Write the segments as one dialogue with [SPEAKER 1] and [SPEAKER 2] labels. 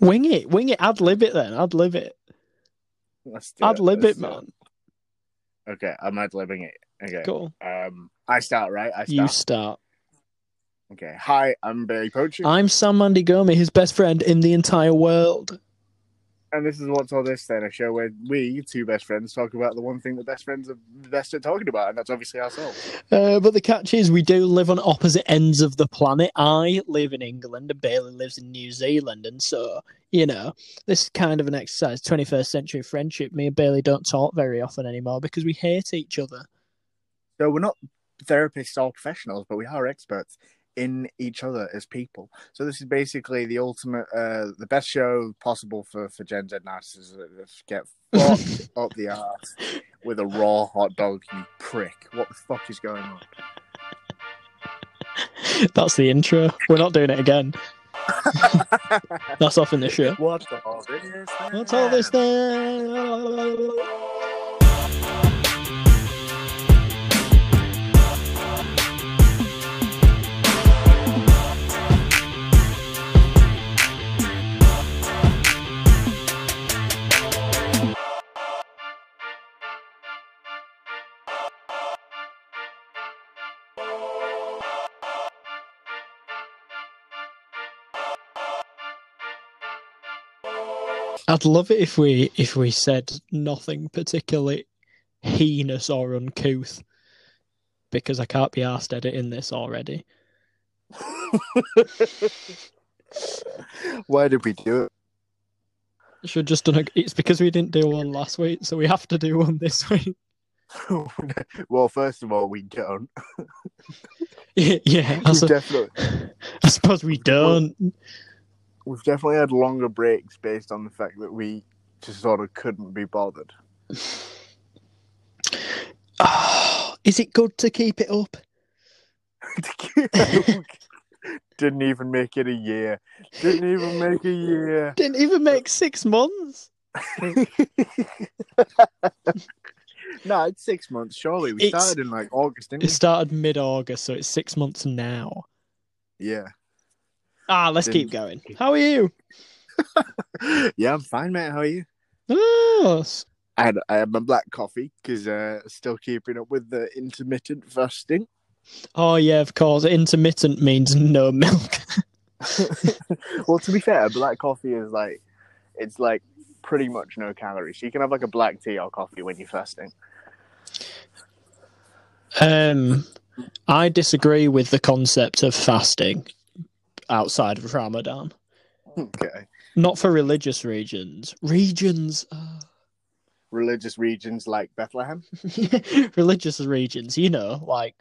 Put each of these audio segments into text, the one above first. [SPEAKER 1] Wing it, wing it. I'd live it then. I'd live it.
[SPEAKER 2] Let's do
[SPEAKER 1] I'd live
[SPEAKER 2] Let's
[SPEAKER 1] it,
[SPEAKER 2] do
[SPEAKER 1] man.
[SPEAKER 2] Okay, I'm ad libbing it. Okay.
[SPEAKER 1] Cool.
[SPEAKER 2] Um, I start, right? I start.
[SPEAKER 1] You start.
[SPEAKER 2] Okay. Hi, I'm Barry Poetry,
[SPEAKER 1] I'm Sam Mandigomi, his best friend in the entire world.
[SPEAKER 2] and this is What's All This Then, a show where we, two best friends, talk about the one thing that best friends are the best at talking about, and that's obviously ourselves.
[SPEAKER 1] Uh, but the catch is, we do live on opposite ends of the planet. I live in England, and Bailey lives in New Zealand, and so you know, this is kind of an exercise. 21st century friendship. Me and Bailey don't talk very often anymore because we hate each other.
[SPEAKER 2] So we're not therapists or professionals, but we are experts in each other as people. So this is basically the ultimate, uh, the best show possible for for Gen Z narcissists that get fucked up the arse with a raw hot dog. You prick! What the fuck is going on?
[SPEAKER 1] That's the intro. We're not doing it again. That's off in the show.
[SPEAKER 2] What the hell is that?
[SPEAKER 1] What's all this then? I'd love it if we if we said nothing particularly heinous or uncouth, because I can't be arsed editing this already.
[SPEAKER 2] Why did we do it?
[SPEAKER 1] Should just done. A, it's because we didn't do one last week, so we have to do one this week.
[SPEAKER 2] well, first of all, we don't.
[SPEAKER 1] yeah, I,
[SPEAKER 2] We've
[SPEAKER 1] su-
[SPEAKER 2] definitely,
[SPEAKER 1] I suppose we don't.
[SPEAKER 2] we've definitely had longer breaks based on the fact that we just sort of couldn't be bothered.
[SPEAKER 1] Oh, is it good to keep it up?
[SPEAKER 2] Didn't even make it a year. Didn't even make a year.
[SPEAKER 1] Didn't even make six months.
[SPEAKER 2] no, it's six months, surely. We
[SPEAKER 1] It's-
[SPEAKER 2] started in like August, didn't
[SPEAKER 1] It
[SPEAKER 2] we?
[SPEAKER 1] started mid August, so it's six months now.
[SPEAKER 2] Yeah.
[SPEAKER 1] Ah, let's
[SPEAKER 2] Didn't-
[SPEAKER 1] keep going. How are you?
[SPEAKER 2] Yeah, I'm fine, mate. How are you?
[SPEAKER 1] Oh, s-
[SPEAKER 2] I had, I had my um, black coffee because uh, still keeping up with the intermittent fasting.
[SPEAKER 1] oh yeah, of course. Intermittent means no milk.
[SPEAKER 2] well, to be fair, black coffee is like it's like pretty much no calories. You can have like a black tea or coffee when you're fasting.
[SPEAKER 1] Um, I disagree with the concept of fasting outside of Ramadan.
[SPEAKER 2] Okay.
[SPEAKER 1] Not for religious regions. Regions. ah.
[SPEAKER 2] Religious regions like Bethlehem.
[SPEAKER 1] uh, religious regions, you know, like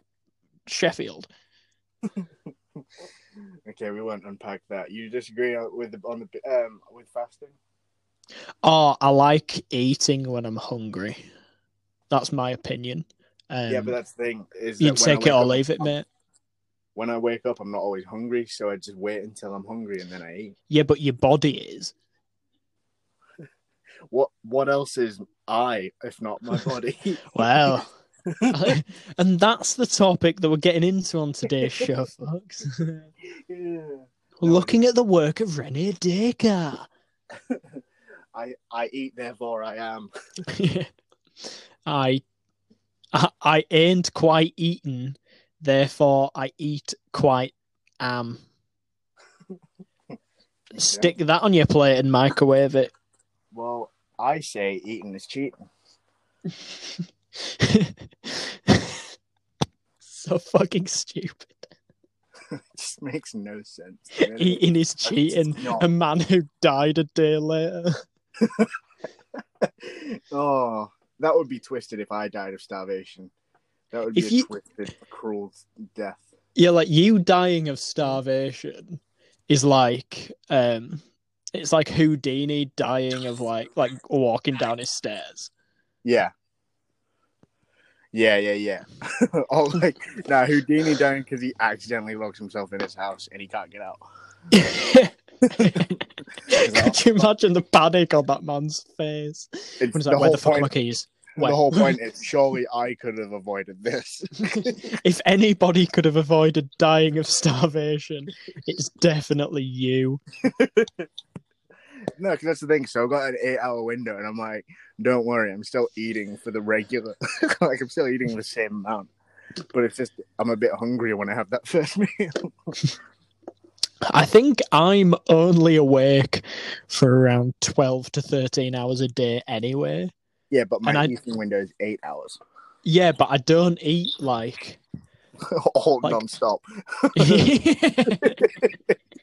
[SPEAKER 1] Sheffield.
[SPEAKER 2] Okay, we won't unpack that. You disagree on- with the, on the um with fasting?
[SPEAKER 1] Oh, I like eating when I'm hungry. That's my opinion. Um,
[SPEAKER 2] yeah, but that's the thing is
[SPEAKER 1] you
[SPEAKER 2] that
[SPEAKER 1] can
[SPEAKER 2] when I
[SPEAKER 1] take it
[SPEAKER 2] wake
[SPEAKER 1] or
[SPEAKER 2] up-
[SPEAKER 1] leave it, mate.
[SPEAKER 2] When I wake up, I'm not always hungry, so I just wait until I'm hungry and then I eat.
[SPEAKER 1] Yeah, but your body is.
[SPEAKER 2] What what else is I if not my body?
[SPEAKER 1] Well, and that's the topic that we're getting into on today's show, folks. we're
[SPEAKER 2] yeah.
[SPEAKER 1] looking at the work of Rene Descartes.
[SPEAKER 2] I I eat, therefore I am.
[SPEAKER 1] I, I, I ain't quite eaten, therefore I eat quite am. Stick that on your plate and microwave it.
[SPEAKER 2] Well, I say eating is cheating.
[SPEAKER 1] so fucking stupid.
[SPEAKER 2] It just makes no sense.
[SPEAKER 1] Eating is cheating.
[SPEAKER 2] It's not.
[SPEAKER 1] A man who died a day later.
[SPEAKER 2] oh, that would be twisted if I died of starvation. That would be
[SPEAKER 1] If
[SPEAKER 2] a
[SPEAKER 1] you-
[SPEAKER 2] twisted, cruel death.
[SPEAKER 1] Yeah, like you dying of starvation is like um it's like Houdini dying of like like walking down his stairs.
[SPEAKER 2] Yeah. Yeah, yeah, yeah. oh, like, nah, Houdini dying because he accidentally locks himself in his house and he can't get out.
[SPEAKER 1] Could you imagine the panic on that man's face?
[SPEAKER 2] It's
[SPEAKER 1] When he's
[SPEAKER 2] the,
[SPEAKER 1] like, where
[SPEAKER 2] whole
[SPEAKER 1] the fuck are my
[SPEAKER 2] point,
[SPEAKER 1] keys?
[SPEAKER 2] the
[SPEAKER 1] Where?"
[SPEAKER 2] whole point is surely I could have avoided this.
[SPEAKER 1] if anybody could have avoided dying of starvation, it's definitely you.
[SPEAKER 2] no, because that's the thing. So I got an eight-hour window, and I'm like, don't worry, I'm still eating for the regular. like I'm still eating the same amount, but it's just I'm a bit hungrier when I have that first meal.
[SPEAKER 1] I think I'm only awake for around 12 to 13 hours a day anyway.
[SPEAKER 2] yeah, but my
[SPEAKER 1] And I-
[SPEAKER 2] eating window is eight hours,
[SPEAKER 1] Yeah, but I don't eat like.
[SPEAKER 2] all
[SPEAKER 1] Like-
[SPEAKER 2] non-stop.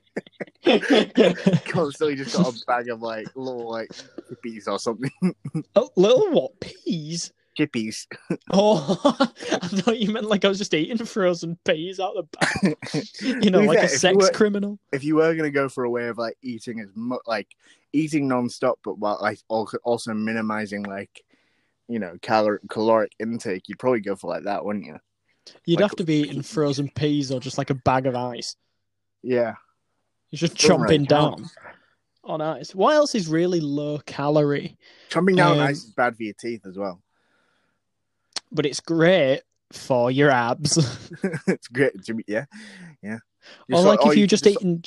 [SPEAKER 1] a
[SPEAKER 2] Constantly just got a bag of like little like chippies or something.
[SPEAKER 1] Oh, little what? Peas?
[SPEAKER 2] Chippies.
[SPEAKER 1] Oh, I thought you meant like I was just eating frozen peas out the back. You know,
[SPEAKER 2] To be
[SPEAKER 1] like
[SPEAKER 2] fair,
[SPEAKER 1] a
[SPEAKER 2] if you
[SPEAKER 1] sex
[SPEAKER 2] were-
[SPEAKER 1] criminal.
[SPEAKER 2] if you were gonna go for a way of like eating as much like eating non-stop but while like al- also minimizing like you know calor- caloric intake you'd probably go for like that wouldn't you
[SPEAKER 1] You'd
[SPEAKER 2] Like-
[SPEAKER 1] have to be eating frozen peas or just like a bag of ice.
[SPEAKER 2] yeah
[SPEAKER 1] You're just
[SPEAKER 2] Doesn't really
[SPEAKER 1] chomping
[SPEAKER 2] count.
[SPEAKER 1] down on ice. What else is really low calorie?
[SPEAKER 2] chomping down
[SPEAKER 1] Um,
[SPEAKER 2] ice is bad for your teeth as well
[SPEAKER 1] but it's great for your abs.
[SPEAKER 2] it's great to be yeah yeah
[SPEAKER 1] or like if
[SPEAKER 2] oh, you
[SPEAKER 1] you just
[SPEAKER 2] eat
[SPEAKER 1] eating,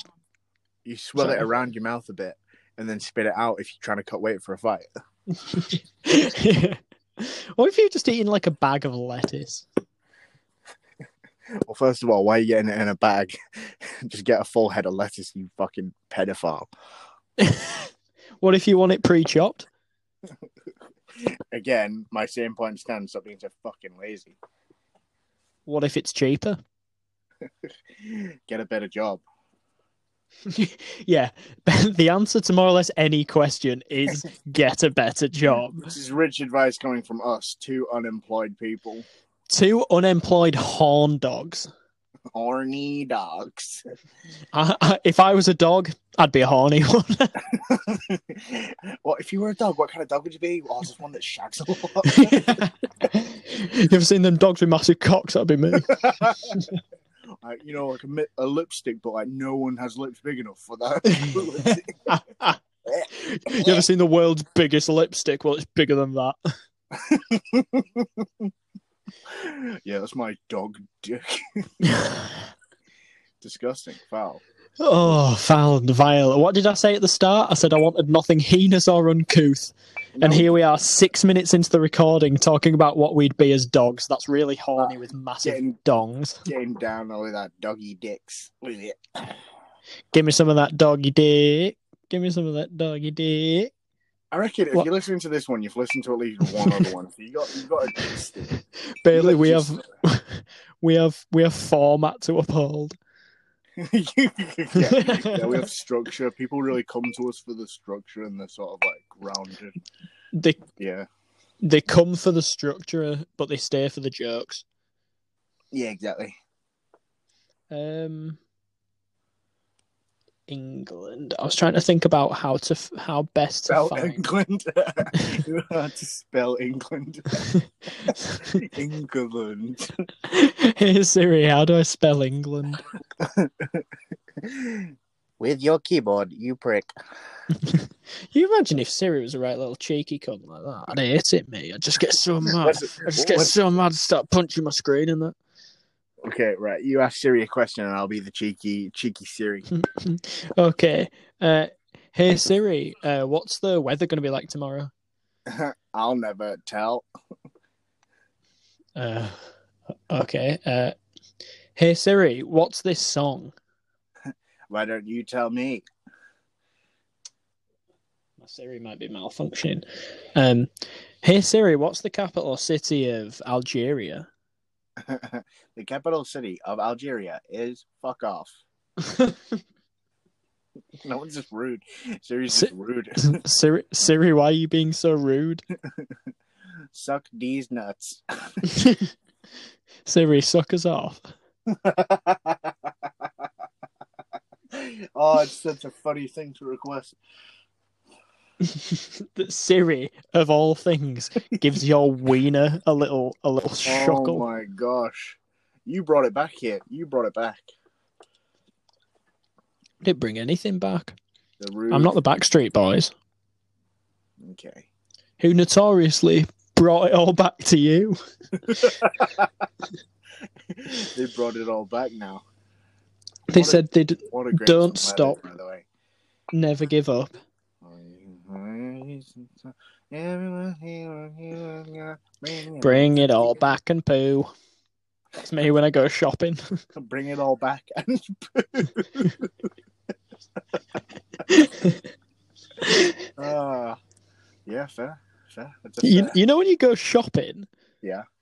[SPEAKER 2] you swirl it
[SPEAKER 1] Sorry.
[SPEAKER 2] around your mouth a bit and then spit it out if you're trying to cut weight for a fight
[SPEAKER 1] or if you're just eating like a bag of lettuce.
[SPEAKER 2] well first of all why are you getting it in a bag just get a full head of lettuce you fucking pedophile
[SPEAKER 1] what if you want it pre-chopped?
[SPEAKER 2] again my same point stands up being so fucking lazy
[SPEAKER 1] What if it's cheaper?
[SPEAKER 2] get a better job
[SPEAKER 1] yeah, the answer to more or less any question is get a better job.
[SPEAKER 2] This is rich advice coming from us, two unemployed people.
[SPEAKER 1] Two unemployed horn dogs.
[SPEAKER 2] Horny dogs.
[SPEAKER 1] I, I, if I was a dog, I'd be a horny one.
[SPEAKER 2] well, if you were a dog, what kind of dog would you be? Well, just one that shags a lot.
[SPEAKER 1] you ever seen them dogs with massive cocks? That'd be me.
[SPEAKER 2] like, you know, like a, mi- a lipstick, but like no one has lips big enough for that.
[SPEAKER 1] you ever seen the world's biggest lipstick? Well, it's bigger than that.
[SPEAKER 2] yeah, that's my dog dick. Disgusting. Foul.
[SPEAKER 1] oh, foul and vile. What did I say at the start? I said I wanted nothing heinous or uncouth. And
[SPEAKER 2] No,
[SPEAKER 1] here we are, six minutes into the recording, talking about what we'd be as dogs. That's really horny with massive
[SPEAKER 2] Getting-
[SPEAKER 1] dongs.
[SPEAKER 2] Getting down all of that doggy dicks. With it.
[SPEAKER 1] Give me some of that doggy dick. Give me some of that doggy dick.
[SPEAKER 2] I reckon if
[SPEAKER 1] What-
[SPEAKER 2] you're listening to this one, you've listened to at least one other one. So you got, you got a
[SPEAKER 1] Bailey, we
[SPEAKER 2] Just-
[SPEAKER 1] have we have we have format to uphold.
[SPEAKER 2] yeah, yeah, we have structure. People really come to us for the structure and they're sort of like grounded.
[SPEAKER 1] They
[SPEAKER 2] Yeah.
[SPEAKER 1] they come for the structure, but they stay for the jokes.
[SPEAKER 2] Yeah, exactly.
[SPEAKER 1] Um, England. I was trying to think about how to f- how best to
[SPEAKER 2] Spell
[SPEAKER 1] find.
[SPEAKER 2] England. you know how to spell England. England.
[SPEAKER 1] hey Siri, how do I spell England?
[SPEAKER 2] With your keyboard, you prick.
[SPEAKER 1] You imagine if Siri was a right little cheeky cunt like that? I'd hate it, mate. I'd just get so mad.
[SPEAKER 2] What's it-
[SPEAKER 1] I'd just get
[SPEAKER 2] what's-
[SPEAKER 1] so mad to start punching my screen and that.
[SPEAKER 2] Okay, right. You ask Siri a question and I'll be the cheeky, cheeky Siri.
[SPEAKER 1] Okay. Uh, hey Siri, uh, what's the weather going to be like tomorrow?
[SPEAKER 2] I'll never tell.
[SPEAKER 1] Uh, okay. Uh, hey Siri, what's this song?
[SPEAKER 2] Why don't you tell me?
[SPEAKER 1] My Siri might be malfunctioning. Um, hey Siri, what's the capital city of Algeria?
[SPEAKER 2] the capital city of Algeria is fuck off. No one's just rude. Siri's just rude.
[SPEAKER 1] Siri, Siri, why are you being so rude?
[SPEAKER 2] Suck these nuts.
[SPEAKER 1] Siri, suck us off.
[SPEAKER 2] oh, it's such a funny thing to request.
[SPEAKER 1] That Siri, of all things, gives your wiener a little a little
[SPEAKER 2] Oh
[SPEAKER 1] shuckle.
[SPEAKER 2] my gosh. You brought it back here. You brought it back.
[SPEAKER 1] Didn't bring anything back.
[SPEAKER 2] The rude.
[SPEAKER 1] I'm not the Backstreet Boys.
[SPEAKER 2] Okay.
[SPEAKER 1] who notoriously brought it all back to you.
[SPEAKER 2] They brought it all back now.
[SPEAKER 1] They
[SPEAKER 2] What a-
[SPEAKER 1] said they'd
[SPEAKER 2] What a great
[SPEAKER 1] Don't
[SPEAKER 2] song that is,
[SPEAKER 1] stop.
[SPEAKER 2] by the way.
[SPEAKER 1] never give up.
[SPEAKER 2] Oh, reason. to- Everyone here, here, yeah. Bring it-
[SPEAKER 1] Bring it all back and poo. That's me when I go shopping.
[SPEAKER 2] Bring it all back. And uh, yeah, fair, fair. It's a
[SPEAKER 1] you,
[SPEAKER 2] fair-
[SPEAKER 1] you know when you go shopping?
[SPEAKER 2] Yeah.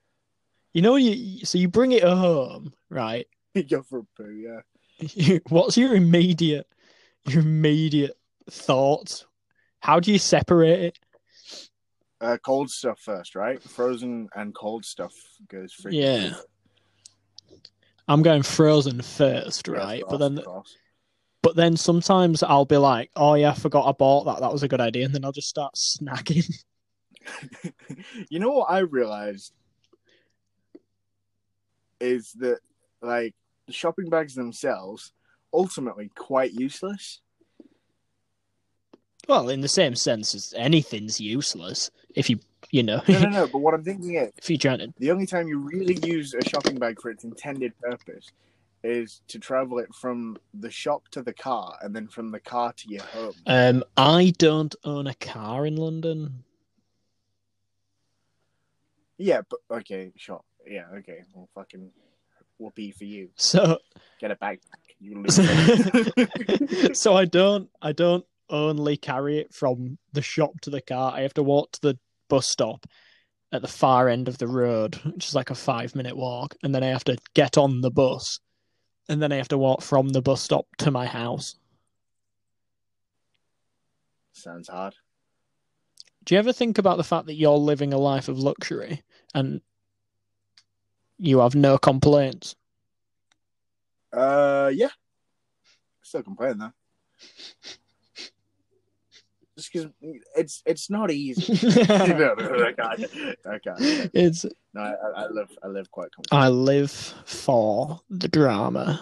[SPEAKER 1] You know when you so you bring it home, right?
[SPEAKER 2] you go for a poo. Yeah.
[SPEAKER 1] You- What's your immediate your immediate thoughts? How do you separate it?
[SPEAKER 2] Uh, cold stuff first, right? Frozen and cold stuff goes free.
[SPEAKER 1] Yeah, I'm going frozen first,
[SPEAKER 2] Yeah,
[SPEAKER 1] right?
[SPEAKER 2] of
[SPEAKER 1] But
[SPEAKER 2] course,
[SPEAKER 1] then
[SPEAKER 2] of course.
[SPEAKER 1] but then sometimes I'll be like, "Oh yeah, I forgot I bought that. That was a good idea." And then I'll just start snacking.
[SPEAKER 2] you know what I realized is that like the shopping bags themselves ultimately quite useless.
[SPEAKER 1] Well, in the same sense as anything's useless if you, you know,
[SPEAKER 2] No, no, no. but what I'm thinking is
[SPEAKER 1] if you're trying to
[SPEAKER 2] the only time you really use a shopping bag for its intended purpose is to travel it from the shop to the car and then from the car to your home.
[SPEAKER 1] Um, I don't own a car in London.
[SPEAKER 2] Yeah, but okay, sure. Yeah, okay. Well, fucking whoopee for you.
[SPEAKER 1] So
[SPEAKER 2] Get a backpack. You lose.
[SPEAKER 1] so I don't I don't only carry it from the shop to the car. I have to walk to the bus stop at the far end of the road, which is like a 5 minute walk, and then I have to get on the bus. And then I have to walk from the bus stop to my house.
[SPEAKER 2] Sounds hard.
[SPEAKER 1] Do you ever think about the fact that you're living a life of luxury and you have no complaints?
[SPEAKER 2] Uh, yeah. Still complaining though. Just because it's it's not easy. no, no, no, I can't. I can't.
[SPEAKER 1] it's
[SPEAKER 2] No, I, I- I live I live quite comfortably.
[SPEAKER 1] I live for the drama.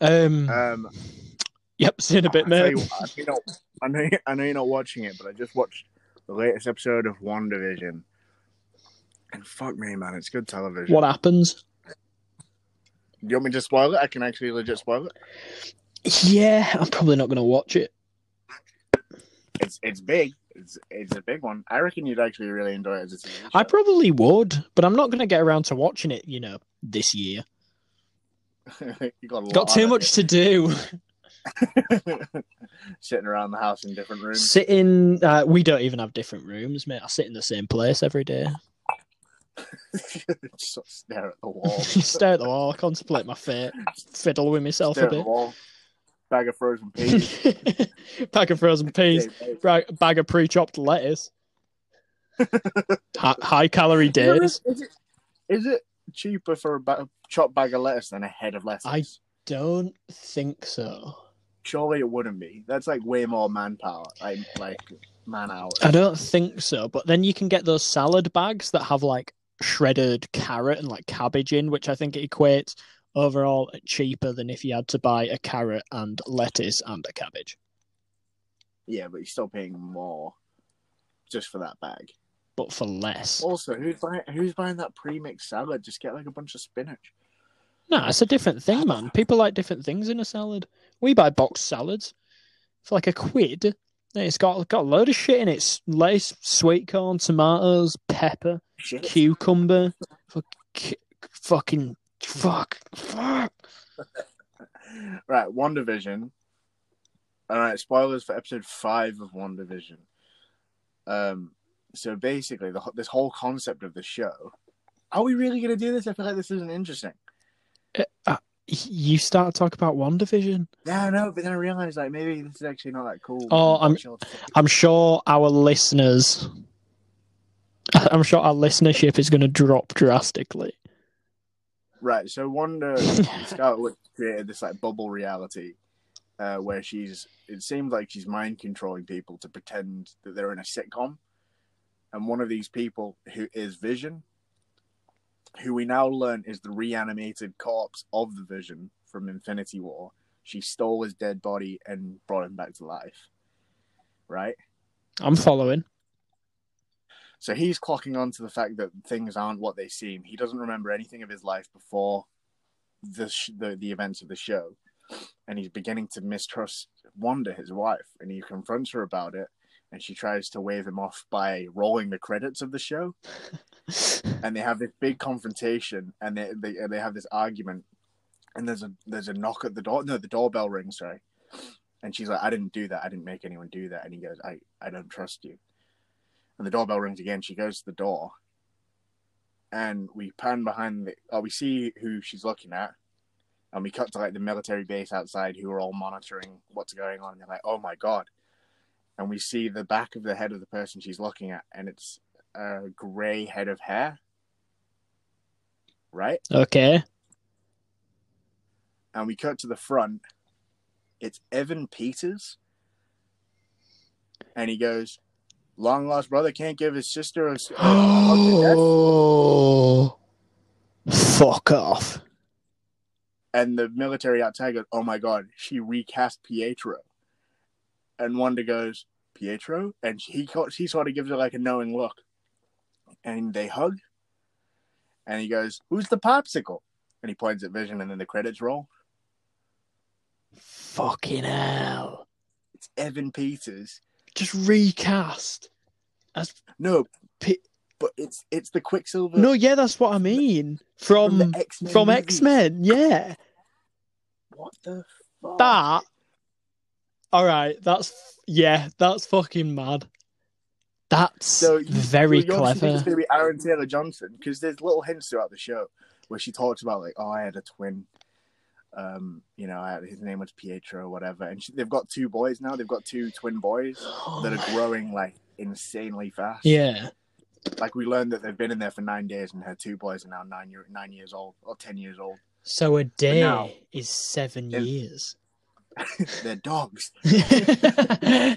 [SPEAKER 1] Um.
[SPEAKER 2] Um,
[SPEAKER 1] yep. See you in a bit,
[SPEAKER 2] I tell
[SPEAKER 1] mate.
[SPEAKER 2] you what, I, know you're not- I know you- I know you're not watching it, but I just watched the latest episode of WandaVision. And fuck me, man, it's good television.
[SPEAKER 1] What happens?
[SPEAKER 2] Do you want me to spoil it? I can actually legit spoil it.
[SPEAKER 1] Yeah, I'm probably not going to watch it.
[SPEAKER 2] It's it's big. It's it's a big one. I reckon you'd actually really enjoy it as a TV show.
[SPEAKER 1] I probably would, but I'm not going to get around to watching it. You know, this year.
[SPEAKER 2] you got a lot
[SPEAKER 1] Got
[SPEAKER 2] out
[SPEAKER 1] too
[SPEAKER 2] of
[SPEAKER 1] much to do.
[SPEAKER 2] it. sitting around the house in different rooms.
[SPEAKER 1] Sit in. Uh, we don't even have different rooms, mate. I sit in the same place every day.
[SPEAKER 2] Just sort of stare at the wall.
[SPEAKER 1] Stare at the wall, contemplate my fate, fiddle with myself
[SPEAKER 2] stare
[SPEAKER 1] a
[SPEAKER 2] at the
[SPEAKER 1] bit.
[SPEAKER 2] wall. Bag of frozen peas.
[SPEAKER 1] Pack of frozen peas,
[SPEAKER 2] Hey,
[SPEAKER 1] bra- bag of pre-chopped lettuce. Hi- high calorie
[SPEAKER 2] hey. You know,
[SPEAKER 1] days.
[SPEAKER 2] Is it, is it cheaper for a ba- chopped bag of lettuce than a head of lettuce?
[SPEAKER 1] I- Don't think so.
[SPEAKER 2] Surely it wouldn't be. That's like way more manpower. Like like man hours.
[SPEAKER 1] I don't think so. But then you can get those salad bags that have like shredded carrot and like cabbage in, which I think equates overall cheaper than if you had to buy a carrot and lettuce and a cabbage.
[SPEAKER 2] Yeah, but you're still paying more just for that bag.
[SPEAKER 1] But for less.
[SPEAKER 2] Also, who's buying who's buying that pre-mixed salad? Just get like a bunch of spinach.
[SPEAKER 1] No, it's a different thing, man. People like different things in a salad. We buy boxed salads for like a quid. and It's got got a load of shit in it: S- lettuce, sweet corn, tomatoes, pepper,
[SPEAKER 2] Shit.
[SPEAKER 1] cucumber, fuck, cu- fucking fuck, fuck.
[SPEAKER 2] Right, One Division. All right, spoilers for episode five of One Division. Um, so basically, the, this whole concept of the show. Are we really going to do this? I feel like this isn't interesting.
[SPEAKER 1] You start to talk about one division.
[SPEAKER 2] No, no, but then I realized like maybe this is actually not that cool.
[SPEAKER 1] Oh, I'm- I'm sure our listeners, I'm sure our listenership is going to drop drastically.
[SPEAKER 2] right. So Wanda Scarlet created this like bubble reality, uh, where she's it seems like she's mind controlling people to pretend that they're in a sitcom, and one of these people who is Vision, who we now learn is the reanimated corpse of the Vision from Infinity War. She stole his dead body and brought him back to life. Right.
[SPEAKER 1] I'm following.
[SPEAKER 2] So he's clocking on to the fact that things aren't what they seem. He doesn't remember anything of his life before the sh- the, the events of the show, and he's beginning to mistrust Wanda, his wife, and he confronts her about it. And she tries to wave him off by rolling the credits of the show, and they have this big confrontation, and they they, and they have this argument, and there's a there's a knock at the door. No, the doorbell rings. Sorry, and she's like, "I didn't do that. I didn't make anyone do that." And he goes, "I I don't trust you." and the doorbell rings again. She goes to the door, and we pan behind the. Oh, we see who she's looking at, and we cut to like the military base outside, who are all monitoring what's going on. And they're like, "Oh my god!" And we see the back of the head of the person she's looking at, and it's a grey head of hair, right?
[SPEAKER 1] Okay.
[SPEAKER 2] And we cut to the front. It's Evan Peters, and he goes, "Long lost brother can't give his sister a." a-
[SPEAKER 1] Oh, fuck off.
[SPEAKER 2] and the military outside goes, "Oh my god, she recast Pietro," and Wanda goes, "Pietro," and he co- he sort of gives her like a knowing look, and they hug, and he goes, "Who's the popsicle?" And he points at Vision, and then the credits roll.
[SPEAKER 1] Fucking hell.
[SPEAKER 2] It's Evan Peters.
[SPEAKER 1] Just recast.
[SPEAKER 2] No,
[SPEAKER 1] P-
[SPEAKER 2] but it's it's the Quicksilver
[SPEAKER 1] No, yeah, that's what I mean. From
[SPEAKER 2] X Men.
[SPEAKER 1] from X Men, yeah.
[SPEAKER 2] What the fuck?
[SPEAKER 1] That. All right, that's yeah, that's fucking mad. That's
[SPEAKER 2] So you-
[SPEAKER 1] very
[SPEAKER 2] you obviously think
[SPEAKER 1] clever.
[SPEAKER 2] It's going to be Aaron Taylor Johnson because there's little hints throughout the show where she talks about like, oh, I had a twin. Um, you know, I had, his name was Pietro or whatever, and she, they've got two boys now. They've got two twin boys that are growing like insanely fast.
[SPEAKER 1] Yeah.
[SPEAKER 2] like we learned that they've been in there for nine days, and her two boys are now nine year nine years old or ten years old.
[SPEAKER 1] So a day
[SPEAKER 2] now-
[SPEAKER 1] is seven
[SPEAKER 2] And-
[SPEAKER 1] years.
[SPEAKER 2] They're dogs.
[SPEAKER 1] then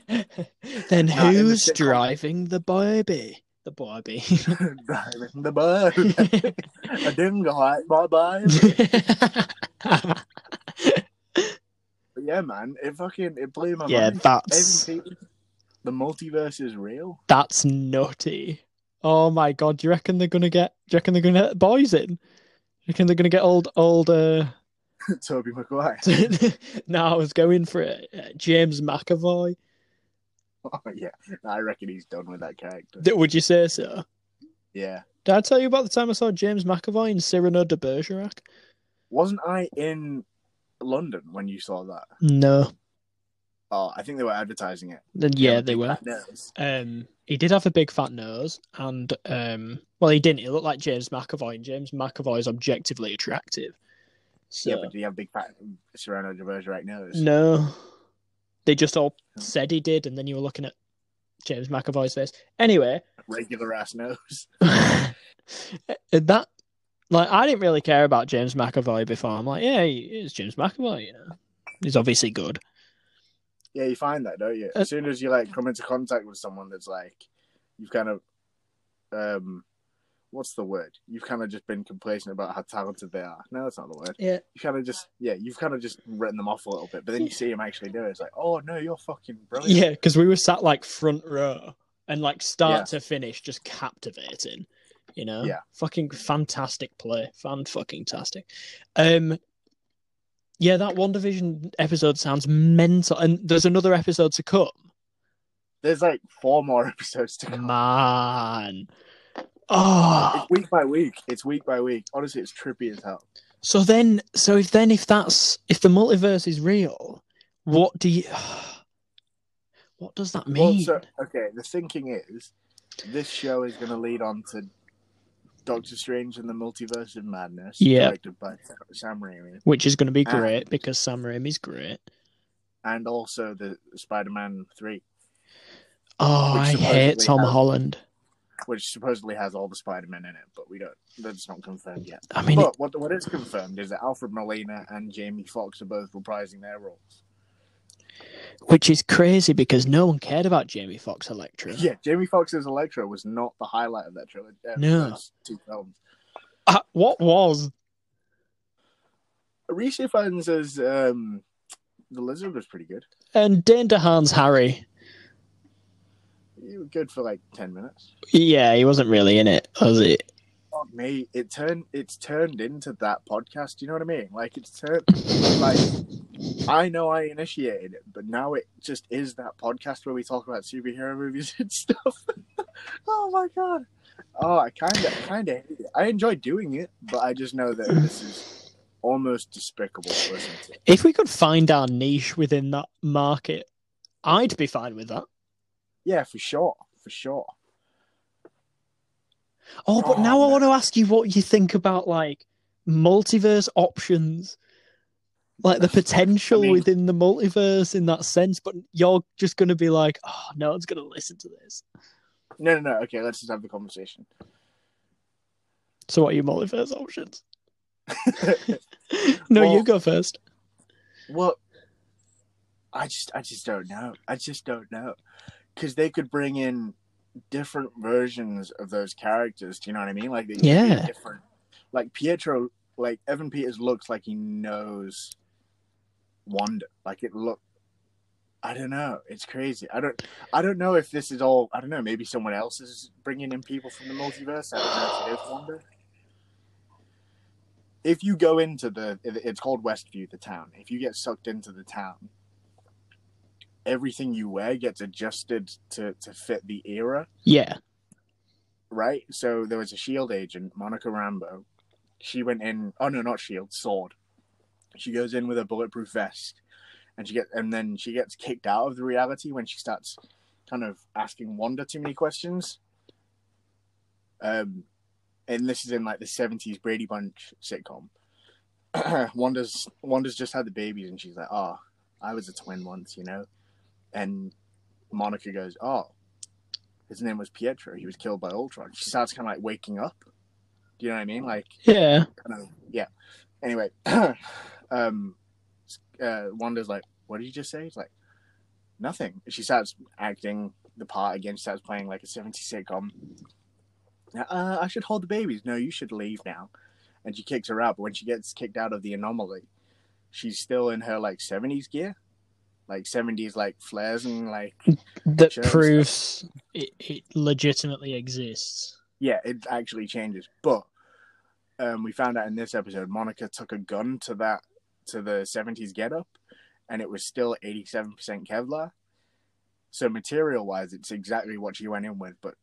[SPEAKER 2] Nah, in the
[SPEAKER 1] who's
[SPEAKER 2] sitcom-
[SPEAKER 1] driving the baby? The baby.
[SPEAKER 2] Driving the bird, a dingo, like, bye bye. But yeah, man, it fucking it blew my
[SPEAKER 1] yeah,
[SPEAKER 2] mind.
[SPEAKER 1] that's
[SPEAKER 2] Evan Peters, the multiverse is real.
[SPEAKER 1] that's nutty. Oh my god, do you reckon they're gonna get? Do you reckon they're gonna get boys in? Do you reckon they're gonna get old old? Uh...
[SPEAKER 2] Toby Maguire.
[SPEAKER 1] no, I was going for it. Uh, James McAvoy.
[SPEAKER 2] Oh, yeah, I reckon he's done with that character.
[SPEAKER 1] D- Would you say so?
[SPEAKER 2] Yeah,
[SPEAKER 1] Did I tell you about the time I saw James McAvoy in Cyrano de Bergerac?
[SPEAKER 2] wasn't I in London when you saw that?
[SPEAKER 1] No.
[SPEAKER 2] Oh, I think they were advertising it.
[SPEAKER 1] Then yeah, they were.
[SPEAKER 2] No,
[SPEAKER 1] um he did have a big fat nose and um well he didn't he looked like james mcavoy and james mcavoy is objectively attractive so
[SPEAKER 2] yeah, but do you have big fat Serrano de Bergerac nose?
[SPEAKER 1] no they just all said he did and then you were looking at james mcavoy's face anyway
[SPEAKER 2] Regular ass nose.
[SPEAKER 1] that like i didn't really care about james mcavoy before i'm like yeah he- it's james mcavoy you know he's obviously good
[SPEAKER 2] Yeah, you find that, don't you? As soon as you like come into contact with someone that's like, you've kind of, um, what's the word? You've kind of just been complacent about how talented they are. No, that's not the word.
[SPEAKER 1] yeah
[SPEAKER 2] you kind of just yeah, you've kind of just written them off a little bit, but then you see him actually do it. It's like, oh no, you're fucking brilliant.
[SPEAKER 1] yeah because we were sat like front row and like start to finish just captivating you know
[SPEAKER 2] Yeah.
[SPEAKER 1] fucking fantastic play fan fucking tastic um yeah that one division episode sounds mental and there's another episode to come
[SPEAKER 2] There's like four more episodes to come.
[SPEAKER 1] man oh
[SPEAKER 2] It's week by week. It's week by week. Honestly, it's trippy as hell.
[SPEAKER 1] so then so if then if that's if the multiverse is real what do you what does that mean
[SPEAKER 2] Well, so, okay, the thinking is this show is going to lead on to Doctor Strange and the Multiverse of Madness,
[SPEAKER 1] Yeah.
[SPEAKER 2] directed by Sam Raimi,
[SPEAKER 1] which is going to be
[SPEAKER 2] Ah.
[SPEAKER 1] great because sam raimi's great
[SPEAKER 2] and also the Spider-Man Three,
[SPEAKER 1] Oh,
[SPEAKER 2] Which
[SPEAKER 1] I hate
[SPEAKER 2] supposedly
[SPEAKER 1] Tom
[SPEAKER 2] has-
[SPEAKER 1] Holland.
[SPEAKER 2] which supposedly has all the Spider-Men in it, but we don't. That's not confirmed yet.
[SPEAKER 1] I mean,
[SPEAKER 2] But what what is confirmed is that Alfred Molina and Jamie Foxx are both reprising their roles.
[SPEAKER 1] which is crazy because no one cared about Jamie Foxx Electra.
[SPEAKER 2] Yeah, Jamie Foxx's Electra was not the highlight of that trilogy. uh,
[SPEAKER 1] No.
[SPEAKER 2] those two films.
[SPEAKER 1] Uh, what was?
[SPEAKER 2] Alicia Fans says um, the Lizard was pretty good.
[SPEAKER 1] And Dane DeHaan's Harry.
[SPEAKER 2] you were good for like ten minutes.
[SPEAKER 1] Yeah, he wasn't really in it, was he?
[SPEAKER 2] Fuck me, it turned it's turned into that podcast. You know what I mean? Like it's turned like I know I initiated it, but now it just is that podcast where we talk about superhero movies and stuff. oh my god! Oh, I kind of kind of I enjoy doing it, but I just know that this is almost despicable. To listen to.
[SPEAKER 1] If we could find our niche within that market, I'd be fine with that.
[SPEAKER 2] Yeah, for sure, for sure.
[SPEAKER 1] Oh, but
[SPEAKER 2] Oh,
[SPEAKER 1] now I
[SPEAKER 2] no.
[SPEAKER 1] want to ask you what you think about like multiverse options, like the potential
[SPEAKER 2] I mean-
[SPEAKER 1] within the multiverse in that sense. But you're just going to be like, oh, no one's going to listen to this.
[SPEAKER 2] No, no, no. Okay, let's just have the conversation.
[SPEAKER 1] So, what are your multiverse options? no, you
[SPEAKER 2] Well-
[SPEAKER 1] go first.
[SPEAKER 2] Well, I just, I just don't know. I just don't know because they could bring in different versions of those characters. Do you know what I mean? Like, they could be
[SPEAKER 1] Yeah.
[SPEAKER 2] different. Like Pietro, like Evan Peters looks like he knows Wanda. Like it look. I don't know. It's crazy. I don't. I don't know if this is all. I don't know. Maybe someone else is bringing in people from the multiverse. I don't know if it is Wanda. If you go into the, it- it's called Westview, the town. If you get sucked into the town, everything you wear gets adjusted to to fit the era
[SPEAKER 1] Yeah.
[SPEAKER 2] right? So there was a Shield E agent, Monica Rambo. She went in. Oh no, not Shield, Sword. She goes in with a bulletproof vest, and she get and then she gets kicked out of the reality when she starts kind of asking Wanda too many questions. Um, and this is in like the seventies Brady Bunch sitcom. Wanda's Wanda's just had the babies, and she's like, "Oh, I was a twin once, you know," and Monica goes, "Oh, his name was Pietro. He was killed by Ultron. She starts kind of like waking up. Do you know what I mean? Like,
[SPEAKER 1] Yeah.
[SPEAKER 2] kind of, yeah. Anyway, um, uh, Wanda's like, "What did you just say?" It's like, "Nothing." She starts acting the part again. She starts playing like a seventy sitcom. Uh, I should hold the babies. No, you should leave now. And she kicks her out. But when she gets kicked out of the anomaly, she's still in her like seventies gear, like seventies like flares and like
[SPEAKER 1] That
[SPEAKER 2] Sure.
[SPEAKER 1] proves it, it legitimately exists.
[SPEAKER 2] yeah, it actually changes. But um, we found out in this episode, Monica took a gun to that to the seventies getup, and it was still eighty-seven percent Kevlar. So material-wise, it's exactly what she went in with, but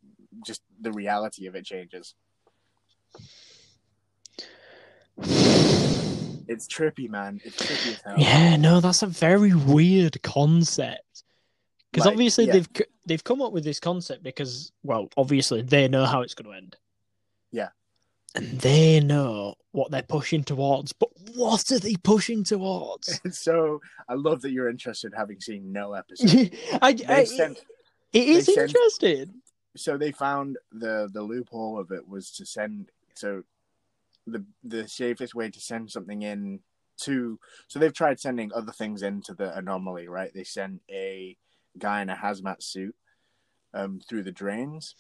[SPEAKER 2] just the reality of it changes. It's trippy, man. It's trippy as hell.
[SPEAKER 1] Yeah, no, that's a very weird concept. Because
[SPEAKER 2] Like,
[SPEAKER 1] obviously
[SPEAKER 2] yeah.
[SPEAKER 1] they've c- they've come up with this concept because, well, obviously they know how it's going to end.
[SPEAKER 2] Yeah.
[SPEAKER 1] and they know what they're pushing towards. But what are they pushing towards?
[SPEAKER 2] So I love that you're interested, having seen no episode.
[SPEAKER 1] I, I,
[SPEAKER 2] They've sent
[SPEAKER 1] it is
[SPEAKER 2] they've sent-
[SPEAKER 1] interesting.
[SPEAKER 2] so they found the the loophole of it was to send so the the safest way to send something in to so they've tried sending other things into the anomaly right they sent a guy in a hazmat suit um through the drains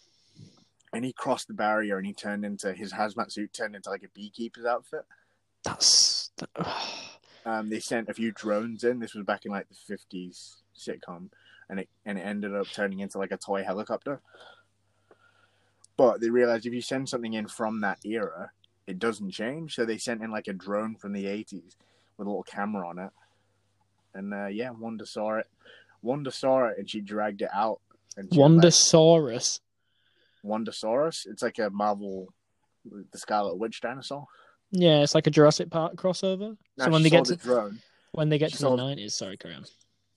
[SPEAKER 2] and he crossed the barrier and he turned into his hazmat suit turned into like a beekeeper's outfit
[SPEAKER 1] That's
[SPEAKER 2] um they sent a few drones in this was back in like the 50s sitcom and it and it ended up turning into like a toy helicopter but they realized if you send something in from that era it doesn't change so they sent in like a drone from the 80s with a little camera on it and uh, yeah wanda saw it wanda saw it and she dragged it out and she was like,
[SPEAKER 1] Wandasaurus.
[SPEAKER 2] wandasaurus it's like a marvel the scarlet witch dinosaur
[SPEAKER 1] Yeah, it's like a Jurassic Park crossover.
[SPEAKER 2] No,
[SPEAKER 1] so when
[SPEAKER 2] she
[SPEAKER 1] they
[SPEAKER 2] saw
[SPEAKER 1] get
[SPEAKER 2] the
[SPEAKER 1] to
[SPEAKER 2] drone
[SPEAKER 1] when they get
[SPEAKER 2] she
[SPEAKER 1] to the
[SPEAKER 2] saw-
[SPEAKER 1] nineties, sorry, Graham.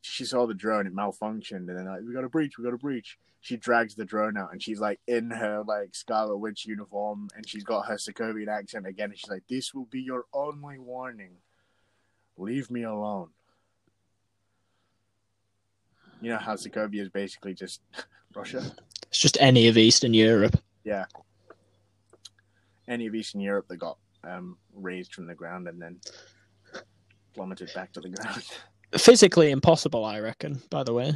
[SPEAKER 2] she saw the drone, it malfunctioned, and then like, we got a breach, we got a breach. She drags the drone out, and she's like in her like Scarlet Witch uniform, and she's got her Sokovian accent again, and she's like, "This will be your only warning. Leave me alone." You know how Sokovia is basically just Russia,
[SPEAKER 1] It's just any of Eastern Europe.
[SPEAKER 2] any of Eastern Europe that got um, raised from the ground and then plummeted back to the ground.
[SPEAKER 1] Physically impossible, I reckon. By the way,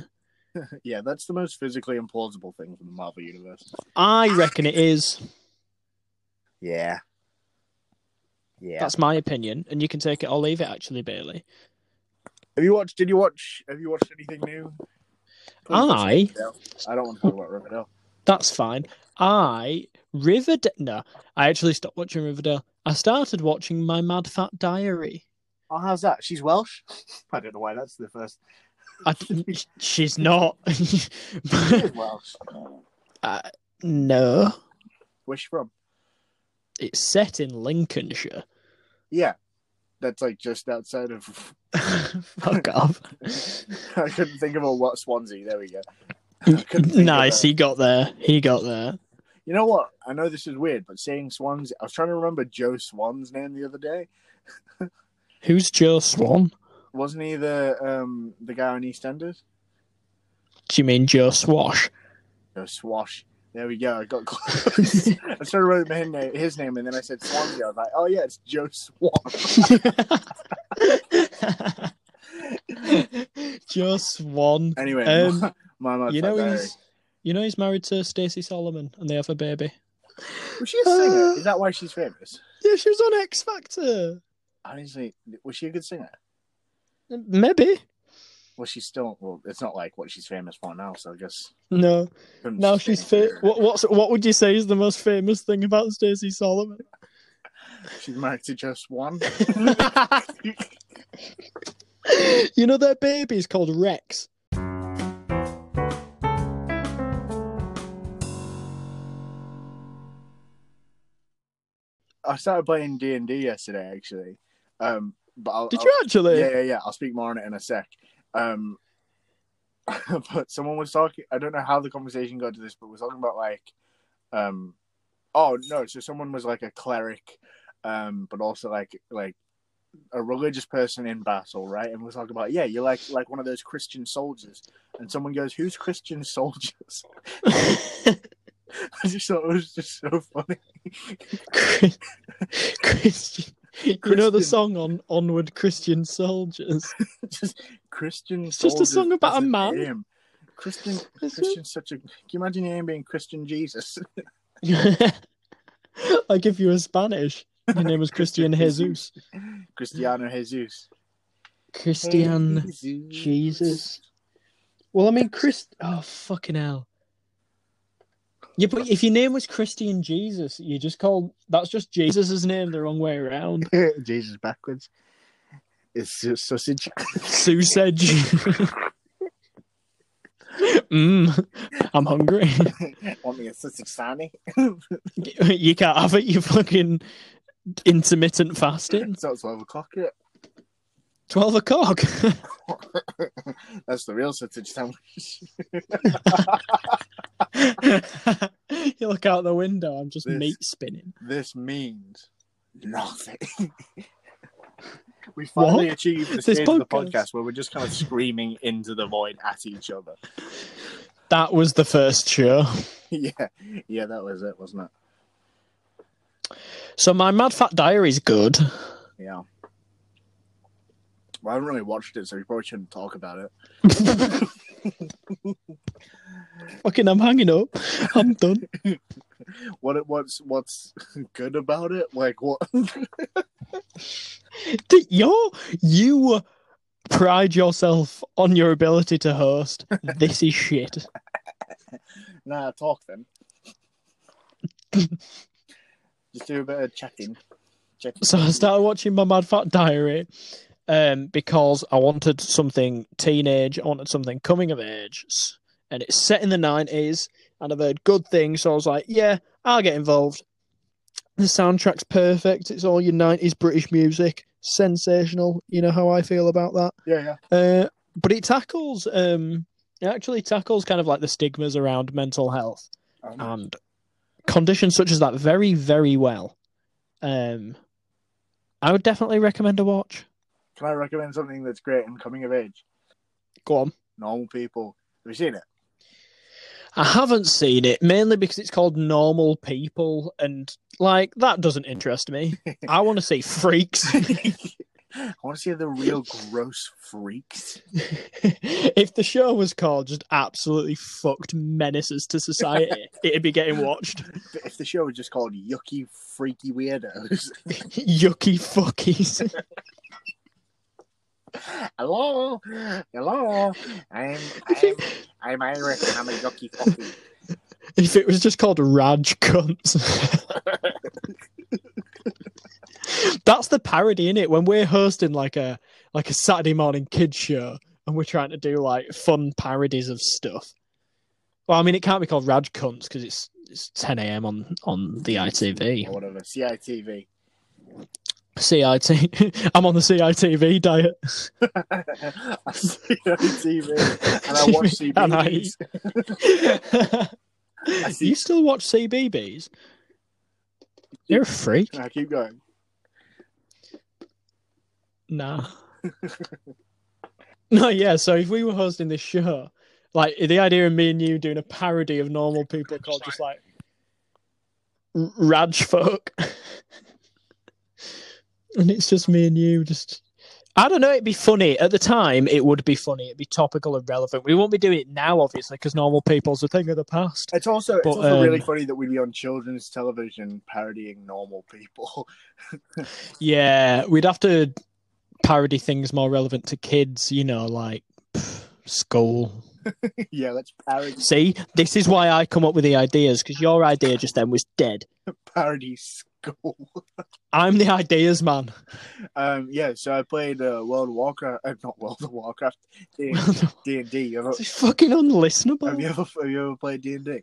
[SPEAKER 2] yeah, that's the most physically implausible thing from the Marvel universe. Ah,
[SPEAKER 1] I reckon it is.
[SPEAKER 2] Yeah. Yeah.
[SPEAKER 1] That's my opinion, and you can take it or leave it. Actually, Bailey.
[SPEAKER 2] Have you watched? Did you watch? Have you watched anything new?
[SPEAKER 1] I-
[SPEAKER 2] Riverdale. I don't want to talk about Riverdale.
[SPEAKER 1] That's fine. I Riverdale. No, I actually stopped watching Riverdale. I started watching My Mad Fat Diary.
[SPEAKER 2] Oh, how's that? She's Welsh. I don't know why that's the first.
[SPEAKER 1] I didn't- she's not. Uh,
[SPEAKER 2] She is Welsh.
[SPEAKER 1] no,
[SPEAKER 2] Where's she from?
[SPEAKER 1] it's set in Lincolnshire.
[SPEAKER 2] Yeah, that's like just outside of.
[SPEAKER 1] Fuck off.
[SPEAKER 2] I couldn't think of a what Swansea. There we go. I couldn't think of
[SPEAKER 1] nice,
[SPEAKER 2] a-
[SPEAKER 1] he got there. He got there.
[SPEAKER 2] You know what? I know this is weird, but saying Swans, I was trying to remember Joe Swan's name the other day.
[SPEAKER 1] Who's Joe Swan?
[SPEAKER 2] Wasn't he the um the guy on EastEnders?
[SPEAKER 1] Do you mean Joe Swash?
[SPEAKER 2] Joe Swash. There we go. I got close. I was trying to remember his name, his name, and then I said Swansea. I was like, oh yeah, it's Joe Swan.
[SPEAKER 1] Joe Swan.
[SPEAKER 2] Anyway,
[SPEAKER 1] Um,
[SPEAKER 2] my, my
[SPEAKER 1] You know
[SPEAKER 2] diary.
[SPEAKER 1] he's you know he's married to Stacey Solomon and they have a baby.
[SPEAKER 2] was she a singer?
[SPEAKER 1] Uh,
[SPEAKER 2] Is that why she's famous?
[SPEAKER 1] Yeah, she was on X Factor.
[SPEAKER 2] Honestly, was she a good singer?
[SPEAKER 1] Maybe.
[SPEAKER 2] Well, she's still. Well, it's not like what she's famous for now. So I guess.
[SPEAKER 1] No.
[SPEAKER 2] couldn't
[SPEAKER 1] Now
[SPEAKER 2] sustain
[SPEAKER 1] she's fa-
[SPEAKER 2] her.
[SPEAKER 1] what what's what would you say is the most famous thing about Stacey Solomon?
[SPEAKER 2] She's married to Joe Swan.
[SPEAKER 1] you know their baby is called Rex.
[SPEAKER 2] I started playing D and D yesterday, actually. Um, but I'll,
[SPEAKER 1] Did
[SPEAKER 2] I'll-
[SPEAKER 1] you actually?
[SPEAKER 2] Yeah, yeah, yeah. I'll speak more on it in a sec. Um, but someone was talking. I don't know how the conversation got to this, but was talking about like, um, oh no. So someone was like a cleric, um, but also like like a religious person in battle, right? And was talking about yeah, you're like like one of those Christian soldiers. And someone goes, who's Christian soldiers? I just thought it was just so funny.
[SPEAKER 1] Chris- Christian. You know
[SPEAKER 2] Christian.
[SPEAKER 1] the song on Onward Christian Soldiers.
[SPEAKER 2] just Christian.
[SPEAKER 1] It's just a
[SPEAKER 2] soldiers
[SPEAKER 1] song about
[SPEAKER 2] as
[SPEAKER 1] a man.
[SPEAKER 2] name. Christian,
[SPEAKER 1] It's
[SPEAKER 2] Christian, such a. Can you imagine your name being Christian Jesus?
[SPEAKER 1] I give you a Spanish. Your name was Christian Jesus.
[SPEAKER 2] Cristiano Jesus.
[SPEAKER 1] Christian
[SPEAKER 2] Jesus.
[SPEAKER 1] Jesus. Well, I mean, Chris. Oh, fucking hell. Yeah, but if your name was Christian Jesus, you just call that's just Jesus' name the wrong way around.
[SPEAKER 2] Jesus backwards. It's su- sausage.
[SPEAKER 1] Sausage. mm, I'm hungry.
[SPEAKER 2] Want me a sausage Sani?
[SPEAKER 1] you can't have it. You fucking intermittent fasting.
[SPEAKER 2] It's not 12 o'clock yet.
[SPEAKER 1] Twelve o'clock.
[SPEAKER 2] That's the real sausage sandwich.
[SPEAKER 1] you look out the window. I'm just
[SPEAKER 2] This-
[SPEAKER 1] meat spinning.
[SPEAKER 2] This means nothing. We finally
[SPEAKER 1] What?
[SPEAKER 2] achieved the
[SPEAKER 1] This
[SPEAKER 2] stage of the
[SPEAKER 1] podcast.
[SPEAKER 2] podcast where we're just kind of screaming into the void at each other.
[SPEAKER 1] That was the first show.
[SPEAKER 2] yeah, yeah, that was it, wasn't it?
[SPEAKER 1] So my Mad Fat Diary's good.
[SPEAKER 2] Yeah. Well, I haven't really watched it, so we probably shouldn't talk about it.
[SPEAKER 1] Fucking, I'm hanging up. I'm done.
[SPEAKER 2] What what's what's good about it? Like what?
[SPEAKER 1] D- You're, you pride yourself on your ability to host. This is shit.
[SPEAKER 2] nah, talk then. Just do a bit of chatting. chatting.
[SPEAKER 1] So I started watching my Mad Fat Diary um, because I wanted something teenage, I wanted something coming of age, s- and it's set in the 90s, and I've heard good things, so I was like, yeah, I'll get involved. The soundtrack's perfect, it's all your 90s British music, sensational, you know how I feel about that.
[SPEAKER 2] Yeah, yeah.
[SPEAKER 1] Uh, but it tackles, um, it actually tackles kind of like the stigmas around mental health
[SPEAKER 2] Um,
[SPEAKER 1] and conditions such as that very, very well. Um, I would definitely recommend a watch.
[SPEAKER 2] can I recommend something that's great and coming of age?
[SPEAKER 1] Go on.
[SPEAKER 2] Normal people. Have you seen it?
[SPEAKER 1] I haven't seen it mainly because it's called Normal People, and like that doesn't interest me. I want to see freaks.
[SPEAKER 2] I want to see the real gross freaks.
[SPEAKER 1] if the show was called just absolutely fucked menaces to society, it'd be getting watched.
[SPEAKER 2] But if the show was just called Yucky Freaky Weirdos,
[SPEAKER 1] Yucky fuckies.
[SPEAKER 2] hello, hello, I'm,
[SPEAKER 1] If
[SPEAKER 2] I'm
[SPEAKER 1] it-
[SPEAKER 2] I'm Irish and I'm a yucky cocky.
[SPEAKER 1] If it was just called Raj Cunts. That's the parody in it. When we're hosting like a like a Saturday morning kids show and we're trying to do like fun parodies of stuff. Well, I mean, it can't be called Raj Cunts because it's it's 10 a.m. on on the
[SPEAKER 2] or
[SPEAKER 1] ITV.
[SPEAKER 2] whatever. CITV.
[SPEAKER 1] CIT. I'm on the CITV diet.
[SPEAKER 2] I see it on TV and I watch
[SPEAKER 1] TV, and I
[SPEAKER 2] CBeebies. I
[SPEAKER 1] Do
[SPEAKER 2] see.
[SPEAKER 1] you still watch CBBS? You're a freak.
[SPEAKER 2] I keep going.
[SPEAKER 1] Nah. no, yeah. So if we were hosting this show, like the idea of me and you doing a parody of normal people called just like R- Raj folk, and it's just me and you, just I don't know. It'd be funny at the time. It would be funny. It'd be topical and relevant. We won't be doing it now, obviously, because normal people's a thing of the past.
[SPEAKER 2] It's also it's
[SPEAKER 1] But,
[SPEAKER 2] also really
[SPEAKER 1] um,
[SPEAKER 2] funny that we'd be on children's television parodying normal people.
[SPEAKER 1] Yeah, we'd have to parody things more relevant to kids. You know, like pff, school.
[SPEAKER 2] yeah, let's parody
[SPEAKER 1] See, this is why I come up with the ideas because your idea just then was dead.
[SPEAKER 2] parody school.
[SPEAKER 1] I'm the ideas man.
[SPEAKER 2] Um, yeah, so I played uh, World of Warcraft, uh, not World of Warcraft, D
[SPEAKER 1] this
[SPEAKER 2] and D. Have
[SPEAKER 1] is fucking
[SPEAKER 2] you
[SPEAKER 1] unlistenable.
[SPEAKER 2] ever have you ever played D and D?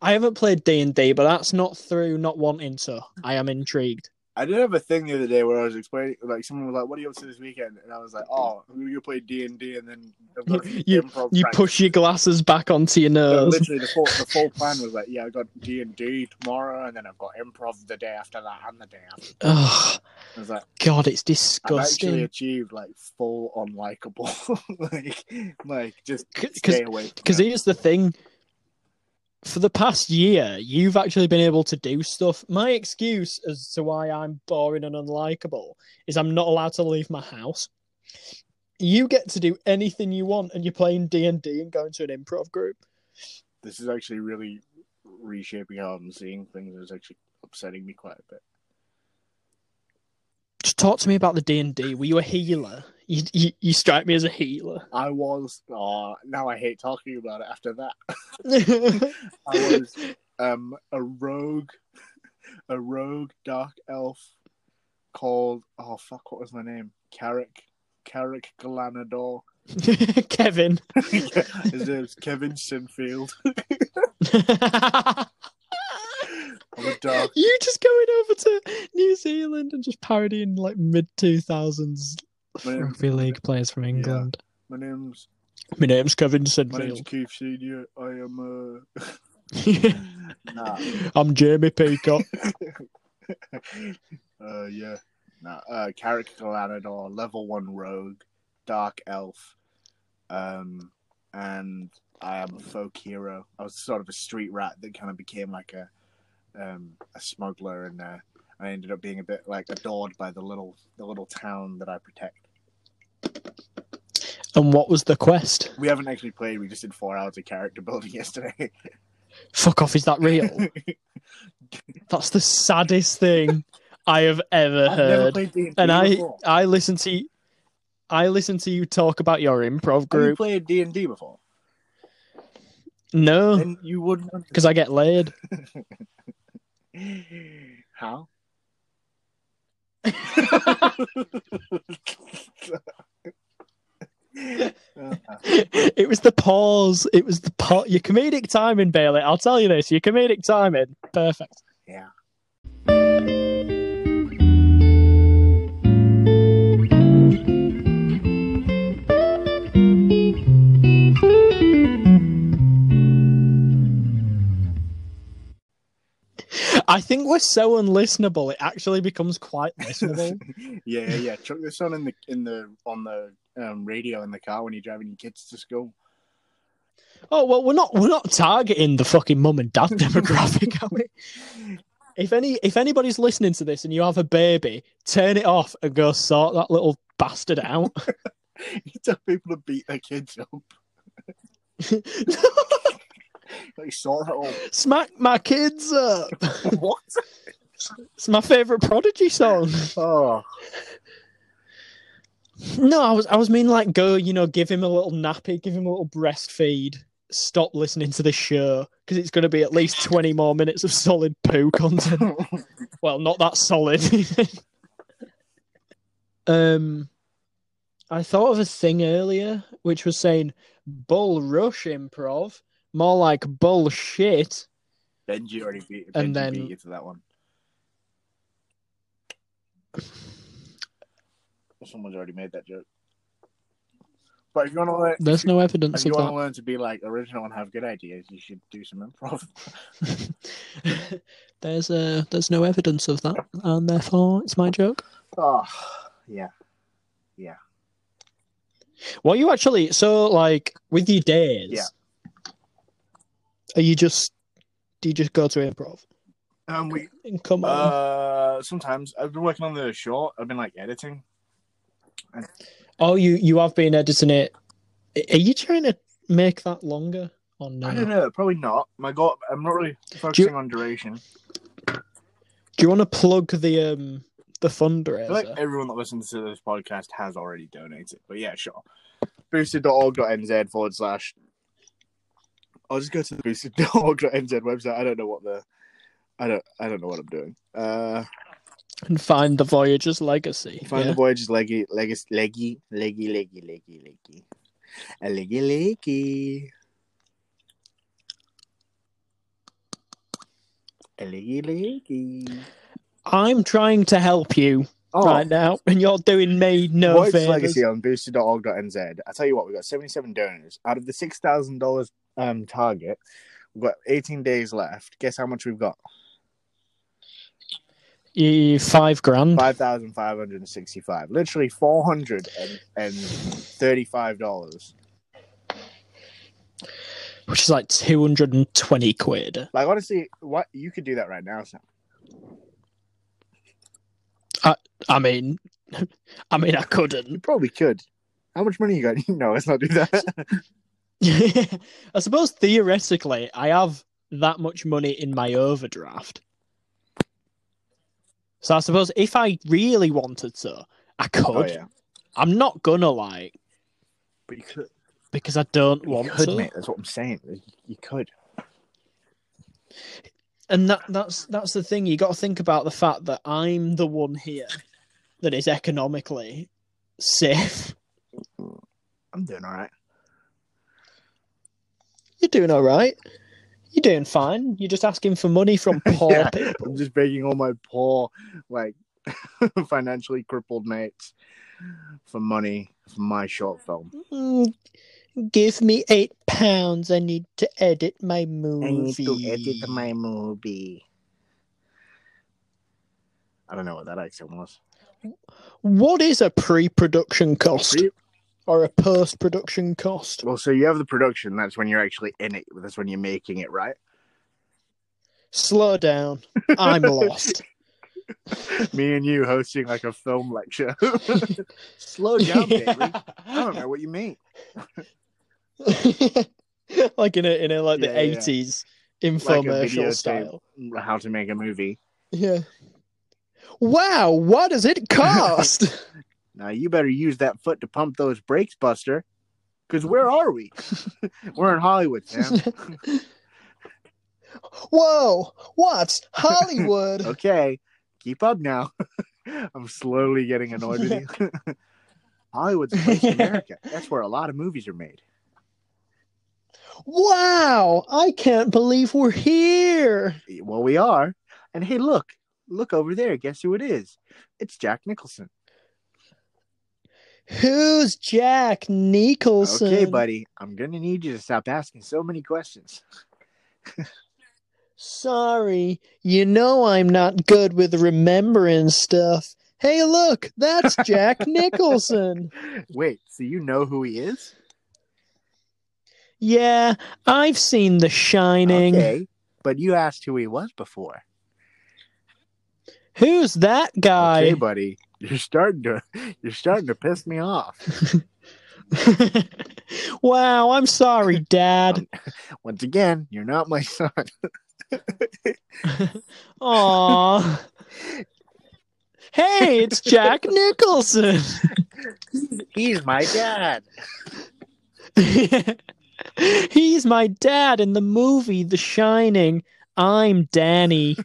[SPEAKER 1] I haven't played D and D, but that's not through not wanting to. I am intrigued.
[SPEAKER 2] I did have a thing the other day where I was explaining, like someone was like, "What are you up to this weekend?" And I was like, "Oh, I'm gonna go play D and D, and then I've got
[SPEAKER 1] You- you-
[SPEAKER 2] improv
[SPEAKER 1] You
[SPEAKER 2] practice."
[SPEAKER 1] push your glasses back onto your
[SPEAKER 2] So
[SPEAKER 1] nose.
[SPEAKER 2] literally, the full the full plan was like, "Yeah, I got D and D tomorrow, and then I've got improv the day after that, and the day after."
[SPEAKER 1] Oh
[SPEAKER 2] I was like,
[SPEAKER 1] God, it's
[SPEAKER 2] "I've actually
[SPEAKER 1] disgusting.
[SPEAKER 2] achieved like full unlikable, like like just
[SPEAKER 1] Because
[SPEAKER 2] stay away." from
[SPEAKER 1] Because
[SPEAKER 2] that.
[SPEAKER 1] here's the thing. For the past year, you've actually been able to do stuff. My excuse as to why I'm boring and unlikable is I'm not allowed to leave my house. You get to do anything you want, and you're playing D and D and going to an improv group.
[SPEAKER 2] this is actually really reshaping how I'm seeing things. It's actually upsetting me quite a bit.
[SPEAKER 1] Just talk to me about the D and D. Were you a healer? You, you you strike me as a healer.
[SPEAKER 2] I was, oh, now I hate talking about it after that.
[SPEAKER 1] I
[SPEAKER 2] I was um, a rogue, a rogue dark elf called, oh fuck, what was my name? Carrick. Carrick Glanador.
[SPEAKER 1] Kevin.
[SPEAKER 2] His name's Kevin Sinfield. I'm a dark.
[SPEAKER 1] you just going over to New Zealand and just parodying like mid two thousands
[SPEAKER 2] My name's-
[SPEAKER 1] rugby league players from England.
[SPEAKER 2] My name's
[SPEAKER 1] My name's Kevin
[SPEAKER 2] my name's
[SPEAKER 1] Sinfield.
[SPEAKER 2] Keith Senior. I am uh nah.
[SPEAKER 1] I'm Jamie Peacock.
[SPEAKER 2] uh, yeah. Nah, uh, Carrick Galanador, level one rogue, dark elf, um, and I am a folk hero. I was sort of a street rat that kind of became like a um, a smuggler, and uh, I ended up being a bit like adored by the little the little town that I protect.
[SPEAKER 1] and what was the quest?
[SPEAKER 2] We haven't actually played. We just did four hours of character building yesterday.
[SPEAKER 1] Fuck off! Is that real? That's the saddest thing I have ever
[SPEAKER 2] I've never
[SPEAKER 1] heard.
[SPEAKER 2] played D&D
[SPEAKER 1] And I,
[SPEAKER 2] before.
[SPEAKER 1] I listen to, you, I listen to you talk about your improv
[SPEAKER 2] Have you
[SPEAKER 1] group.
[SPEAKER 2] played D and D before?
[SPEAKER 1] No,
[SPEAKER 2] Then you wouldn't. understand.
[SPEAKER 1] because I get laid.
[SPEAKER 2] How?
[SPEAKER 1] it was the pause. It was the pot. Your comedic timing, Bailey. I'll tell you this. Your comedic timing, perfect.
[SPEAKER 2] yeah.
[SPEAKER 1] I think we're so unlistenable. It actually becomes quite
[SPEAKER 2] yeah,
[SPEAKER 1] listenable.
[SPEAKER 2] yeah, yeah. Chuck this on in the in the on the um, radio in the car when you're driving your kids to school.
[SPEAKER 1] oh well, we're not we're not targeting the fucking mum and dad demographic, are we? If any if anybody's listening to this and you have a baby, turn it off and go sort that little bastard out.
[SPEAKER 2] You tell people to beat their kids up. Like sort it all.
[SPEAKER 1] Smack my kids up.
[SPEAKER 2] what?
[SPEAKER 1] It's my favorite Prodigy song.
[SPEAKER 2] Oh,
[SPEAKER 1] No, I was I was mean like go, you know, give him a little nappy, give him a little breastfeed. Stop listening to the show because it's going to be at least twenty more minutes of solid poo content. well, not that solid. um, I thought of a thing earlier which was saying bull rush improv, more like bullshit.
[SPEAKER 2] Benji already beat, Benji
[SPEAKER 1] And then-
[SPEAKER 2] beat you to that one. Someone's already made that joke. But if you want to learn,
[SPEAKER 1] There's no evidence
[SPEAKER 2] if you
[SPEAKER 1] of
[SPEAKER 2] want to
[SPEAKER 1] that.
[SPEAKER 2] learn to be like original and have good ideas, you should do some improv.
[SPEAKER 1] there's uh, there's no evidence of that, and therefore it's my joke.
[SPEAKER 2] oh, yeah.
[SPEAKER 1] Well, you actually so like with your days?
[SPEAKER 2] Yeah.
[SPEAKER 1] Are you just do you just go to improv
[SPEAKER 2] Um, we
[SPEAKER 1] and come on?
[SPEAKER 2] uh sometimes I've been working on the short. I've been like editing.
[SPEAKER 1] Oh, you you have been editing it. Are you trying to make that longer or
[SPEAKER 2] I don't
[SPEAKER 1] no?
[SPEAKER 2] know. Probably not. My God, I'm not really focusing on duration.
[SPEAKER 1] Do you want to plug the um the
[SPEAKER 2] I feel like uh,
[SPEAKER 1] fundraiser?
[SPEAKER 2] everyone that listens to this podcast has already donated, but yeah, sure. Boosted.org.nz forward slash. I'll just go to the boosted.org.nz website. I don't know what the, I don't, I don't know what I'm doing. Uh,
[SPEAKER 1] And find the Voyager's legacy.
[SPEAKER 2] find
[SPEAKER 1] yeah.
[SPEAKER 2] the voyage's leggy, legacy, leggy, leggy, leggy, leggy, leggy, a leggy, leggy, a leggy, leggy.
[SPEAKER 1] I'm trying to help you
[SPEAKER 2] Oh,
[SPEAKER 1] right now, and you're doing me no
[SPEAKER 2] Voyage's
[SPEAKER 1] favors.
[SPEAKER 2] Legacy on boosted.org.nz. I tell you what, we got 77 donors. Out of the $6,000 um, target, we've got 18 days left. Guess how much we've got?
[SPEAKER 1] You five grand.
[SPEAKER 2] 5,565. Literally $435.
[SPEAKER 1] which is like 220 quid.
[SPEAKER 2] Like, honestly, what you could do that right now, Sam.
[SPEAKER 1] I mean, I mean, I
[SPEAKER 2] You
[SPEAKER 1] couldn't.
[SPEAKER 2] probably could. How much money you got? no, let's not do that.
[SPEAKER 1] I suppose theoretically, I have that much money in my overdraft. So I suppose if I really wanted to, I could.
[SPEAKER 2] oh, yeah.
[SPEAKER 1] I'm not gonna like
[SPEAKER 2] But you could.
[SPEAKER 1] because I don't
[SPEAKER 2] You
[SPEAKER 1] want
[SPEAKER 2] could,
[SPEAKER 1] to.
[SPEAKER 2] mate. That's what I'm saying. You could.
[SPEAKER 1] And that that's that's the thing. You got to think about the fact that I'm the one here that is economically safe.
[SPEAKER 2] I'm doing all right.
[SPEAKER 1] You're doing all right. You're doing fine. You're just asking for money from poor
[SPEAKER 2] Yeah.
[SPEAKER 1] people.
[SPEAKER 2] I'm just begging all my poor, like, financially crippled mates for money for my short film.
[SPEAKER 1] Mm, give me eight pounds. I need to edit my movie.
[SPEAKER 2] movie. I don't know what that accent was.
[SPEAKER 1] What is a pre-production cost
[SPEAKER 2] Pre-
[SPEAKER 1] or a post-production cost?
[SPEAKER 2] Well, so you have the production. That's when you're actually in it. That's when you're making it, right?
[SPEAKER 1] Slow down. I'm lost.
[SPEAKER 2] Me and you hosting like a film lecture. Slow down, baby. I don't know what you mean.
[SPEAKER 1] like in a in a like
[SPEAKER 2] Yeah,
[SPEAKER 1] the
[SPEAKER 2] yeah, yeah.
[SPEAKER 1] eighties
[SPEAKER 2] Like a
[SPEAKER 1] infomercial
[SPEAKER 2] videotape.
[SPEAKER 1] style.
[SPEAKER 2] How to make a movie.
[SPEAKER 1] Yeah. Wow, what does it cost?
[SPEAKER 2] Now you better use that foot to pump those brakes, Buster. Because where are we? We're in Hollywood, Sam.
[SPEAKER 1] Whoa, what's Hollywood?
[SPEAKER 2] okay, keep up now. I'm slowly getting annoyed with you. Hollywood's a place in America. That's where a lot of movies are made.
[SPEAKER 1] Wow, I can't believe we're here.
[SPEAKER 2] Well, we are. And hey, look, look over there. Guess who it is? It's Jack Nicholson.
[SPEAKER 1] Who's Jack Nicholson?
[SPEAKER 2] Okay, buddy, I'm gonna need you to stop asking so many questions.
[SPEAKER 1] Sorry, you know I'm not good with remembering stuff. Hey, look, that's Jack Nicholson.
[SPEAKER 2] Wait, so you know who he is?
[SPEAKER 1] Yeah, I've seen The Shining.
[SPEAKER 2] Okay, but you asked who he was before.
[SPEAKER 1] Who's that guy?
[SPEAKER 2] Okay, buddy, you're starting to you're starting to piss me off.
[SPEAKER 1] wow, I'm sorry, Dad.
[SPEAKER 2] Once again, you're not my son.
[SPEAKER 1] Aw. hey, it's Jack Nicholson.
[SPEAKER 2] He's my dad.
[SPEAKER 1] He's my dad in the movie The Shining. I'm Danny.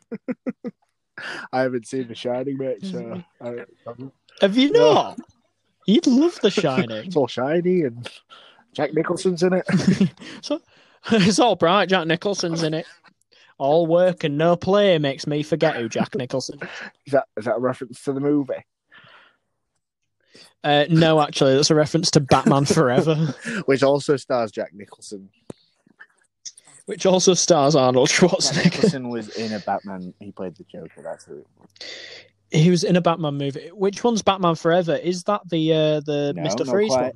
[SPEAKER 2] I haven't seen The Shining, mate. So I,
[SPEAKER 1] Mm-hmm.
[SPEAKER 2] I'm-
[SPEAKER 1] Have you
[SPEAKER 2] No.
[SPEAKER 1] not? You'd love The Shining.
[SPEAKER 2] it's all shiny and Jack Nicholson's in it.
[SPEAKER 1] so, it's all bright. Jack Nicholson's in it. All work and no play makes me forget who Jack Nicholson.
[SPEAKER 2] Is that is that a reference to the movie?
[SPEAKER 1] Uh, no, actually, that's a reference to Batman Forever,
[SPEAKER 2] Which also stars Jack Nicholson.
[SPEAKER 1] which also stars Arnold
[SPEAKER 2] Jack
[SPEAKER 1] Schwarzenegger.
[SPEAKER 2] Nicholson was in a Batman. He played the Joker. That's who. It was.
[SPEAKER 1] he was in a Batman movie. Which one's Batman Forever? Is that the uh, the
[SPEAKER 2] No,
[SPEAKER 1] Mister
[SPEAKER 2] not
[SPEAKER 1] Freeze
[SPEAKER 2] quite.
[SPEAKER 1] one?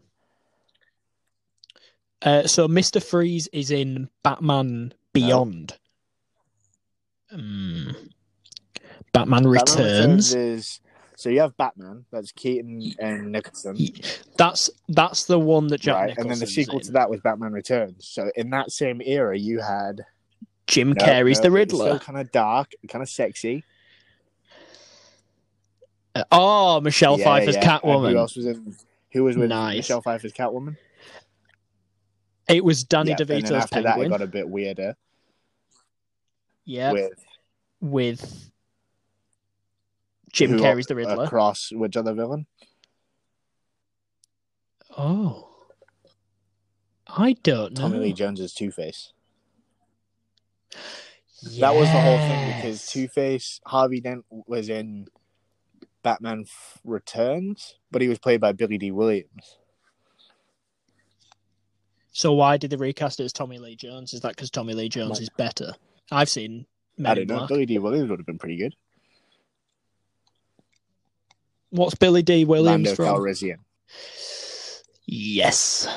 [SPEAKER 1] Uh, so Mister Freeze is in Batman Beyond. Hmm. Batman,
[SPEAKER 2] Batman
[SPEAKER 1] Returns.
[SPEAKER 2] is so you have Batman. That's Keaton and Nicholson.
[SPEAKER 1] Ye- That's that's the one that Jack
[SPEAKER 2] right,
[SPEAKER 1] Nicholson.
[SPEAKER 2] and then the sequel
[SPEAKER 1] in.
[SPEAKER 2] to that was Batman Returns. So in that same era, you had
[SPEAKER 1] Jim Carrey's the Riddler.
[SPEAKER 2] kind of dark, kind of sexy.
[SPEAKER 1] Uh, Oh, Michelle
[SPEAKER 2] Yeah,
[SPEAKER 1] Pfeiffer's
[SPEAKER 2] yeah. And Who
[SPEAKER 1] Catwoman.
[SPEAKER 2] else was in? Who was with
[SPEAKER 1] Nice.
[SPEAKER 2] Michelle Pfeiffer's Catwoman?
[SPEAKER 1] It was Danny
[SPEAKER 2] Yeah, And then
[SPEAKER 1] DeVito's
[SPEAKER 2] after that, it
[SPEAKER 1] Penguin.
[SPEAKER 2] got a bit weirder
[SPEAKER 1] yeah, with,
[SPEAKER 2] with uh,
[SPEAKER 1] Jim
[SPEAKER 2] who
[SPEAKER 1] Carrey's the Riddler.
[SPEAKER 2] across which other villain?
[SPEAKER 1] oh, I don't know.
[SPEAKER 2] Tommy Lee Jones's Two Face. That was the whole thing because
[SPEAKER 1] Yes.
[SPEAKER 2] Two Face Harvey Dent was in Batman F- Returns, but he was played by Billy D. Williams.
[SPEAKER 1] So why did they recast it as Tommy Lee Jones? Is that because Tommy Lee Jones
[SPEAKER 2] Might-
[SPEAKER 1] is better? I've seen
[SPEAKER 2] I
[SPEAKER 1] Men in
[SPEAKER 2] don't know.
[SPEAKER 1] Black.
[SPEAKER 2] Billy D. Williams would have been pretty good.
[SPEAKER 1] What's Billy D. Williams
[SPEAKER 2] Lando
[SPEAKER 1] from?
[SPEAKER 2] Calrissian.
[SPEAKER 1] Yes,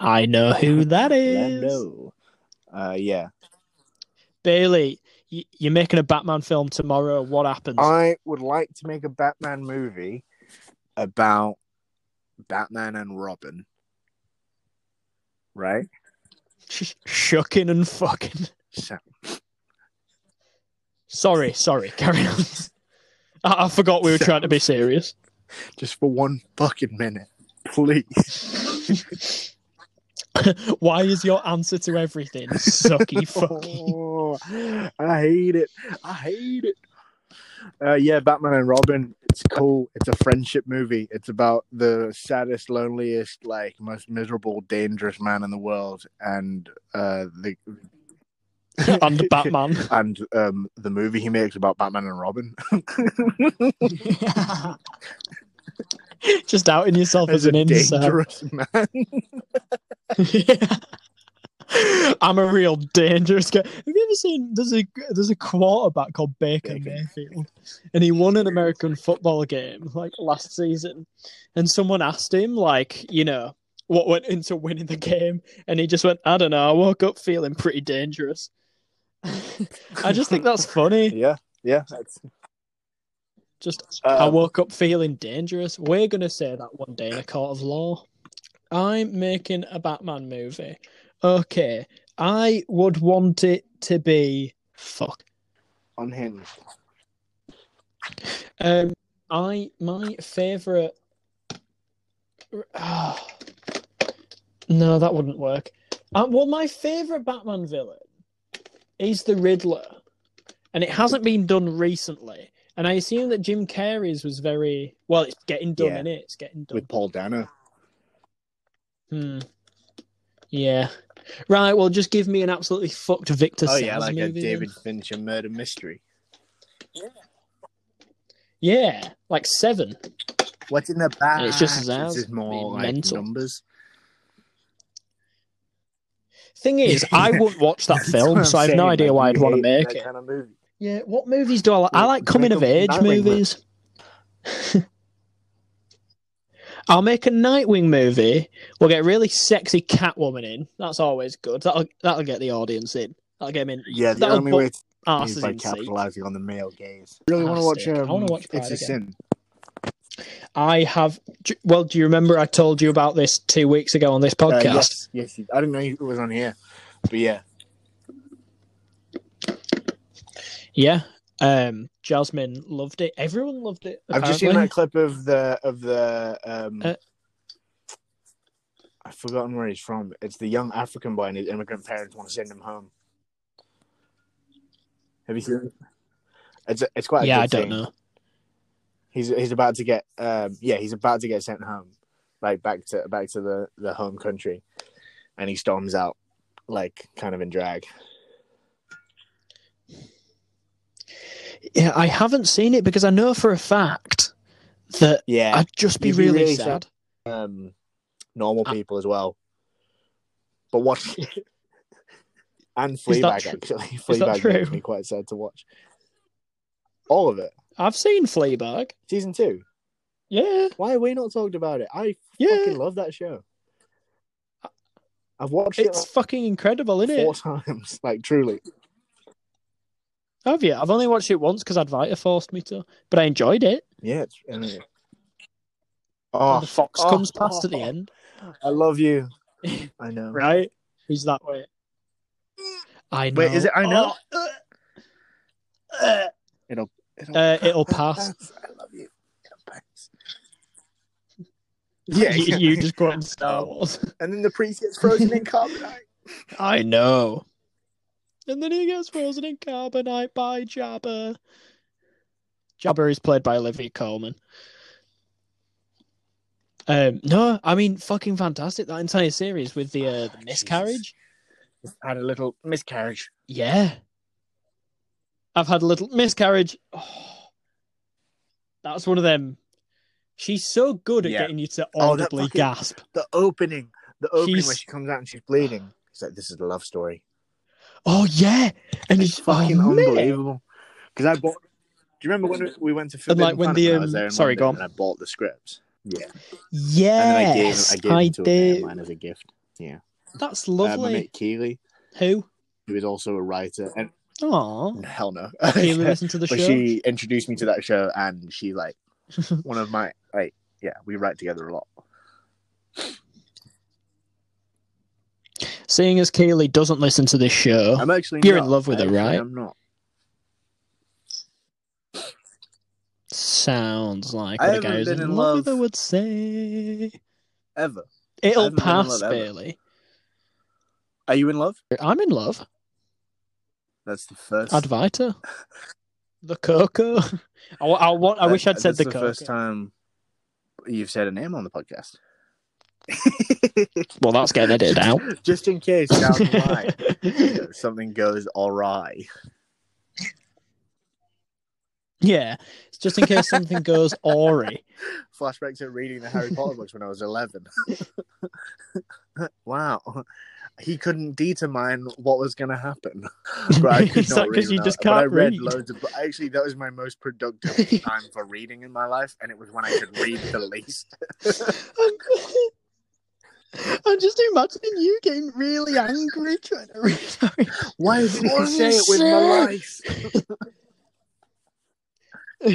[SPEAKER 1] I know who that is.
[SPEAKER 2] Lando. Uh, yeah.
[SPEAKER 1] Bailey, y- you're making a Batman film tomorrow. What happens?
[SPEAKER 2] I would like to make a Batman movie about Batman and Robin. Right?
[SPEAKER 1] Sh- Shucking and fucking.
[SPEAKER 2] So,
[SPEAKER 1] Sorry, sorry. Carry on. I, I forgot we were trying to be serious.
[SPEAKER 2] just for one fucking minute. Please.
[SPEAKER 1] Why is your answer to everything sucky fucky?
[SPEAKER 2] Oh, I hate it. I hate it. Uh, yeah, Batman and Robin. It's cool. It's a friendship movie. It's about the saddest, loneliest, like most miserable, dangerous man in the world, and uh, the
[SPEAKER 1] and Batman.
[SPEAKER 2] and um, the movie he makes about Batman and Robin.
[SPEAKER 1] Just outing yourself as,
[SPEAKER 2] As a
[SPEAKER 1] an insider.
[SPEAKER 2] dangerous man.
[SPEAKER 1] I'm a real dangerous guy. Have you ever seen there's a there's a quarterback called Baker
[SPEAKER 2] Baker.
[SPEAKER 1] Mayfield, and he won an American football game like last season, and someone asked him like you know what went into winning the game, and he just went I don't know I woke up feeling pretty dangerous. I just think that's funny.
[SPEAKER 2] Yeah, yeah. That's,
[SPEAKER 1] Just I
[SPEAKER 2] um,
[SPEAKER 1] woke up feeling dangerous. We're gonna say that one day in a court of law. I'm making a Batman movie. Okay, I would want it to be fuck.
[SPEAKER 2] unhinged.
[SPEAKER 1] Um, I my favorite. Ah. no, that wouldn't work. Uh, well, my favorite Batman villain is the Riddler, and it hasn't been done recently. And I assume that Jim Carrey's was very well. It's getting done,
[SPEAKER 2] Yeah.
[SPEAKER 1] in it. It's getting done.
[SPEAKER 2] with Paul Dano.
[SPEAKER 1] Hmm. Yeah. Right. Well, just give me an absolutely fucked Victor.
[SPEAKER 2] Oh yeah,
[SPEAKER 1] Sal's
[SPEAKER 2] like a
[SPEAKER 1] movie then.
[SPEAKER 2] David Fincher murder mystery.
[SPEAKER 1] Yeah, like seven.
[SPEAKER 2] What's in the bag?
[SPEAKER 1] it's just Zaz
[SPEAKER 2] This is more
[SPEAKER 1] being
[SPEAKER 2] like
[SPEAKER 1] mental.
[SPEAKER 2] numbers.
[SPEAKER 1] Thing is, I wouldn't watch that
[SPEAKER 2] That's
[SPEAKER 1] film,
[SPEAKER 2] what
[SPEAKER 1] so
[SPEAKER 2] I'm
[SPEAKER 1] I have no
[SPEAKER 2] saying,
[SPEAKER 1] idea
[SPEAKER 2] like,
[SPEAKER 1] why I'd
[SPEAKER 2] you
[SPEAKER 1] want to
[SPEAKER 2] hate
[SPEAKER 1] make
[SPEAKER 2] that
[SPEAKER 1] it.
[SPEAKER 2] kind of movie.
[SPEAKER 1] Yeah, what movies do I like? I like coming of
[SPEAKER 2] Make a
[SPEAKER 1] age
[SPEAKER 2] Nightwing
[SPEAKER 1] movies. I'll make a Nightwing movie. We'll get really sexy Catwoman in. That's always good. That'll that'll get the audience in. That'll get them in
[SPEAKER 2] Yeah, the
[SPEAKER 1] That'll
[SPEAKER 2] only
[SPEAKER 1] put
[SPEAKER 2] way to is
[SPEAKER 1] asses
[SPEAKER 2] by
[SPEAKER 1] in seats.
[SPEAKER 2] capitalizing on the male gaze. Really want to watch?
[SPEAKER 1] Fantastic.
[SPEAKER 2] Um,
[SPEAKER 1] I wanna watch Pride
[SPEAKER 2] It's a sin.
[SPEAKER 1] I have. d- Well, do you remember I told you about this two weeks ago on this
[SPEAKER 2] Uh,
[SPEAKER 1] podcast?
[SPEAKER 2] yes, yes. I didn't know it was on here, but yeah,
[SPEAKER 1] Yeah. Um, Jasmine loved it. Everyone loved it.
[SPEAKER 2] I've just seen
[SPEAKER 1] apparently.
[SPEAKER 2] that clip of the of the um
[SPEAKER 1] Uh,
[SPEAKER 2] I've forgotten where he's from. It's the young African boy and his immigrant parents want to send him home. Have you seen it? It's a, it's quite a
[SPEAKER 1] yeah,
[SPEAKER 2] good
[SPEAKER 1] I don't
[SPEAKER 2] thing.
[SPEAKER 1] know.
[SPEAKER 2] He's he's about to get um yeah, he's about to get sent home. Like back to back to the, the home country. And he storms out like kind of in drag.
[SPEAKER 1] Yeah, I haven't seen it because I know for a fact that
[SPEAKER 2] Yeah.
[SPEAKER 1] I'd just be
[SPEAKER 2] You'd be
[SPEAKER 1] really,
[SPEAKER 2] really
[SPEAKER 1] sad.
[SPEAKER 2] sad. um normal
[SPEAKER 1] Uh,
[SPEAKER 2] people as well. But watch and
[SPEAKER 1] Is that
[SPEAKER 2] Fleabag
[SPEAKER 1] tr-
[SPEAKER 2] actually.
[SPEAKER 1] that
[SPEAKER 2] Fleabag makes
[SPEAKER 1] true?
[SPEAKER 2] me quite sad to watch. All of it.
[SPEAKER 1] I've seen Fleabag.
[SPEAKER 2] Season two.
[SPEAKER 1] Yeah,
[SPEAKER 2] Why have we not talked about it? I
[SPEAKER 1] yeah. Uh,
[SPEAKER 2] fucking love that show. I've watched
[SPEAKER 1] It's fucking incredible,
[SPEAKER 2] it
[SPEAKER 1] isn't
[SPEAKER 2] like four
[SPEAKER 1] it?
[SPEAKER 2] times. Like truly.
[SPEAKER 1] Have you? I've only watched it once because Advita forced me to, but I enjoyed it.
[SPEAKER 2] Yeah. It's, and it-
[SPEAKER 1] And
[SPEAKER 2] oh,
[SPEAKER 1] the fox
[SPEAKER 2] oh,
[SPEAKER 1] comes past at the
[SPEAKER 2] oh.
[SPEAKER 1] end,
[SPEAKER 2] I love you. I know.
[SPEAKER 1] right? He's that way. I know.
[SPEAKER 2] Wait, is it I know?
[SPEAKER 1] Oh, uh, uh,
[SPEAKER 2] It'll. It'll,
[SPEAKER 1] Uh, it'll pass.
[SPEAKER 2] I love you. It'll pass. Yeah,
[SPEAKER 1] you, you just go on
[SPEAKER 2] No.
[SPEAKER 1] Star Wars.
[SPEAKER 2] and then the priest gets frozen in carbonite.
[SPEAKER 1] I know. And then he gets frozen in carbonite by Jabba. Jabba is played by Olivia Coleman. Um, no, I mean fucking fantastic that entire series with the uh, the miscarriage.
[SPEAKER 2] Had a little miscarriage.
[SPEAKER 1] Yeah, I've had a little miscarriage. Oh, that's one of them. She's so good at
[SPEAKER 2] Yeah.
[SPEAKER 1] getting you to
[SPEAKER 2] Oh, that
[SPEAKER 1] audibly
[SPEAKER 2] fucking-
[SPEAKER 1] gasp.
[SPEAKER 2] The opening, the opening where
[SPEAKER 1] She's-
[SPEAKER 2] she comes out and she's bleeding. It's like this is a love story.
[SPEAKER 1] Oh yeah, and it's
[SPEAKER 2] It's fucking
[SPEAKER 1] oh, mate.
[SPEAKER 2] unbelievable. Because I bought. Do you remember when we went to
[SPEAKER 1] And,
[SPEAKER 2] Forbidden
[SPEAKER 1] like, when
[SPEAKER 2] Planet
[SPEAKER 1] the,
[SPEAKER 2] I was
[SPEAKER 1] um,
[SPEAKER 2] there in
[SPEAKER 1] sorry, go
[SPEAKER 2] London and I bought the script. Yeah, and then
[SPEAKER 1] Yes,
[SPEAKER 2] I gave I gave it to a mate
[SPEAKER 1] did.
[SPEAKER 2] of mine as a gift. Yeah,
[SPEAKER 1] That's
[SPEAKER 2] Uh, my
[SPEAKER 1] lovely.
[SPEAKER 2] mate Keely,
[SPEAKER 1] Who?
[SPEAKER 2] who is also a writer, and
[SPEAKER 1] Oh,
[SPEAKER 2] hell no,
[SPEAKER 1] Keely listen to the
[SPEAKER 2] but
[SPEAKER 1] show.
[SPEAKER 2] she introduced me to that show, and she like one of my like yeah, we write together a lot.
[SPEAKER 1] Seeing as Keely doesn't listen to this show,
[SPEAKER 2] I'm actually
[SPEAKER 1] Oh, You're
[SPEAKER 2] not.
[SPEAKER 1] in love with her,
[SPEAKER 2] Actually,
[SPEAKER 1] right?
[SPEAKER 2] I'm not.
[SPEAKER 1] sounds like
[SPEAKER 2] I
[SPEAKER 1] what a
[SPEAKER 2] haven't
[SPEAKER 1] guy who's
[SPEAKER 2] been
[SPEAKER 1] in,
[SPEAKER 2] in
[SPEAKER 1] love with
[SPEAKER 2] love.
[SPEAKER 1] her would say.
[SPEAKER 2] Ever.
[SPEAKER 1] It'll
[SPEAKER 2] haven't been in love
[SPEAKER 1] pass,
[SPEAKER 2] ever.
[SPEAKER 1] Bailey.
[SPEAKER 2] Are you in love?
[SPEAKER 1] I'm in love.
[SPEAKER 2] That's the first.
[SPEAKER 1] Advita. The Coco. I, wa- I, want, I
[SPEAKER 2] that-
[SPEAKER 1] wish I'd said
[SPEAKER 2] that's
[SPEAKER 1] the
[SPEAKER 2] the
[SPEAKER 1] Coco.
[SPEAKER 2] first time you've said a name on the podcast.
[SPEAKER 1] Well, that's getting edited out.
[SPEAKER 2] Just in case down the line you know, something goes awry.
[SPEAKER 1] yeah, it's just in case something goes awry.
[SPEAKER 2] Flashback to reading the Harry Potter books when I was eleven. wow. He couldn't determine what was going to happen. But I could
[SPEAKER 1] Is
[SPEAKER 2] not
[SPEAKER 1] that
[SPEAKER 2] read
[SPEAKER 1] 'cause you
[SPEAKER 2] when I-
[SPEAKER 1] just
[SPEAKER 2] but I
[SPEAKER 1] can't
[SPEAKER 2] read
[SPEAKER 1] read?
[SPEAKER 2] loads of. but Actually, that was my most productive time for reading in my life, and it was when I could read the least.
[SPEAKER 1] I'm, I'm just imagining you getting really angry trying to read Harry
[SPEAKER 2] Why didn't
[SPEAKER 1] What
[SPEAKER 2] I
[SPEAKER 1] did
[SPEAKER 2] say
[SPEAKER 1] you
[SPEAKER 2] it with my
[SPEAKER 1] say?
[SPEAKER 2] life?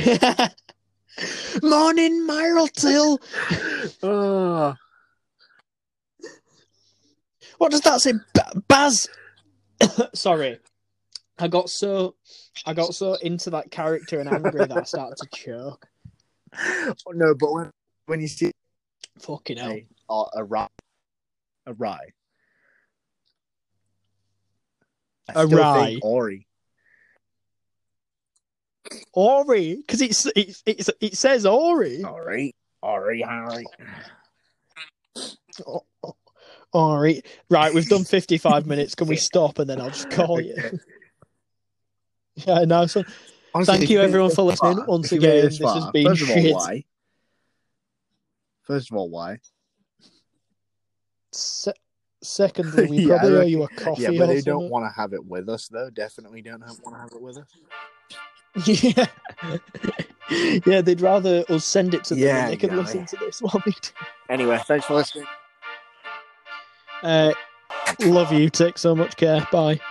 [SPEAKER 1] Morning, Marltil.
[SPEAKER 2] Oh,
[SPEAKER 1] What does that say, ba- Baz? Sorry, I got so I got so into that character and angry that I started to choke.
[SPEAKER 2] no, but when, when you see
[SPEAKER 1] Fucking hell!
[SPEAKER 2] a, a, a rye, a rye, I
[SPEAKER 1] A
[SPEAKER 2] still
[SPEAKER 1] rye.
[SPEAKER 2] think Ori.
[SPEAKER 1] Ori, because it's, it's it's it says Ori.
[SPEAKER 2] Ori, Ori, Harry.
[SPEAKER 1] Ori. Right, we've done fifty-five minutes. Can we stop and then I'll just call you? Yeah, no. So
[SPEAKER 2] Honestly,
[SPEAKER 1] Thank
[SPEAKER 2] if
[SPEAKER 1] you
[SPEAKER 2] made
[SPEAKER 1] everyone
[SPEAKER 2] it
[SPEAKER 1] for
[SPEAKER 2] this
[SPEAKER 1] listening.
[SPEAKER 2] far-
[SPEAKER 1] Once
[SPEAKER 2] if you made
[SPEAKER 1] again,
[SPEAKER 2] it
[SPEAKER 1] this has been
[SPEAKER 2] First of all,
[SPEAKER 1] shit.
[SPEAKER 2] why? First of all, why?
[SPEAKER 1] se- secondly, we
[SPEAKER 2] Yeah,
[SPEAKER 1] probably
[SPEAKER 2] I
[SPEAKER 1] owe you a coffee.
[SPEAKER 2] yeah, but
[SPEAKER 1] or
[SPEAKER 2] they don't
[SPEAKER 1] something.
[SPEAKER 2] want to have it with us, though. Definitely don't have, want to have it with us.
[SPEAKER 1] Yeah. yeah, they'd rather us send it to them
[SPEAKER 2] Yeah,
[SPEAKER 1] and they can
[SPEAKER 2] yeah,
[SPEAKER 1] listen
[SPEAKER 2] yeah.
[SPEAKER 1] to this while we do.
[SPEAKER 2] Anyway, thanks for listening.
[SPEAKER 1] Uh, love you. Take so much care. Bye.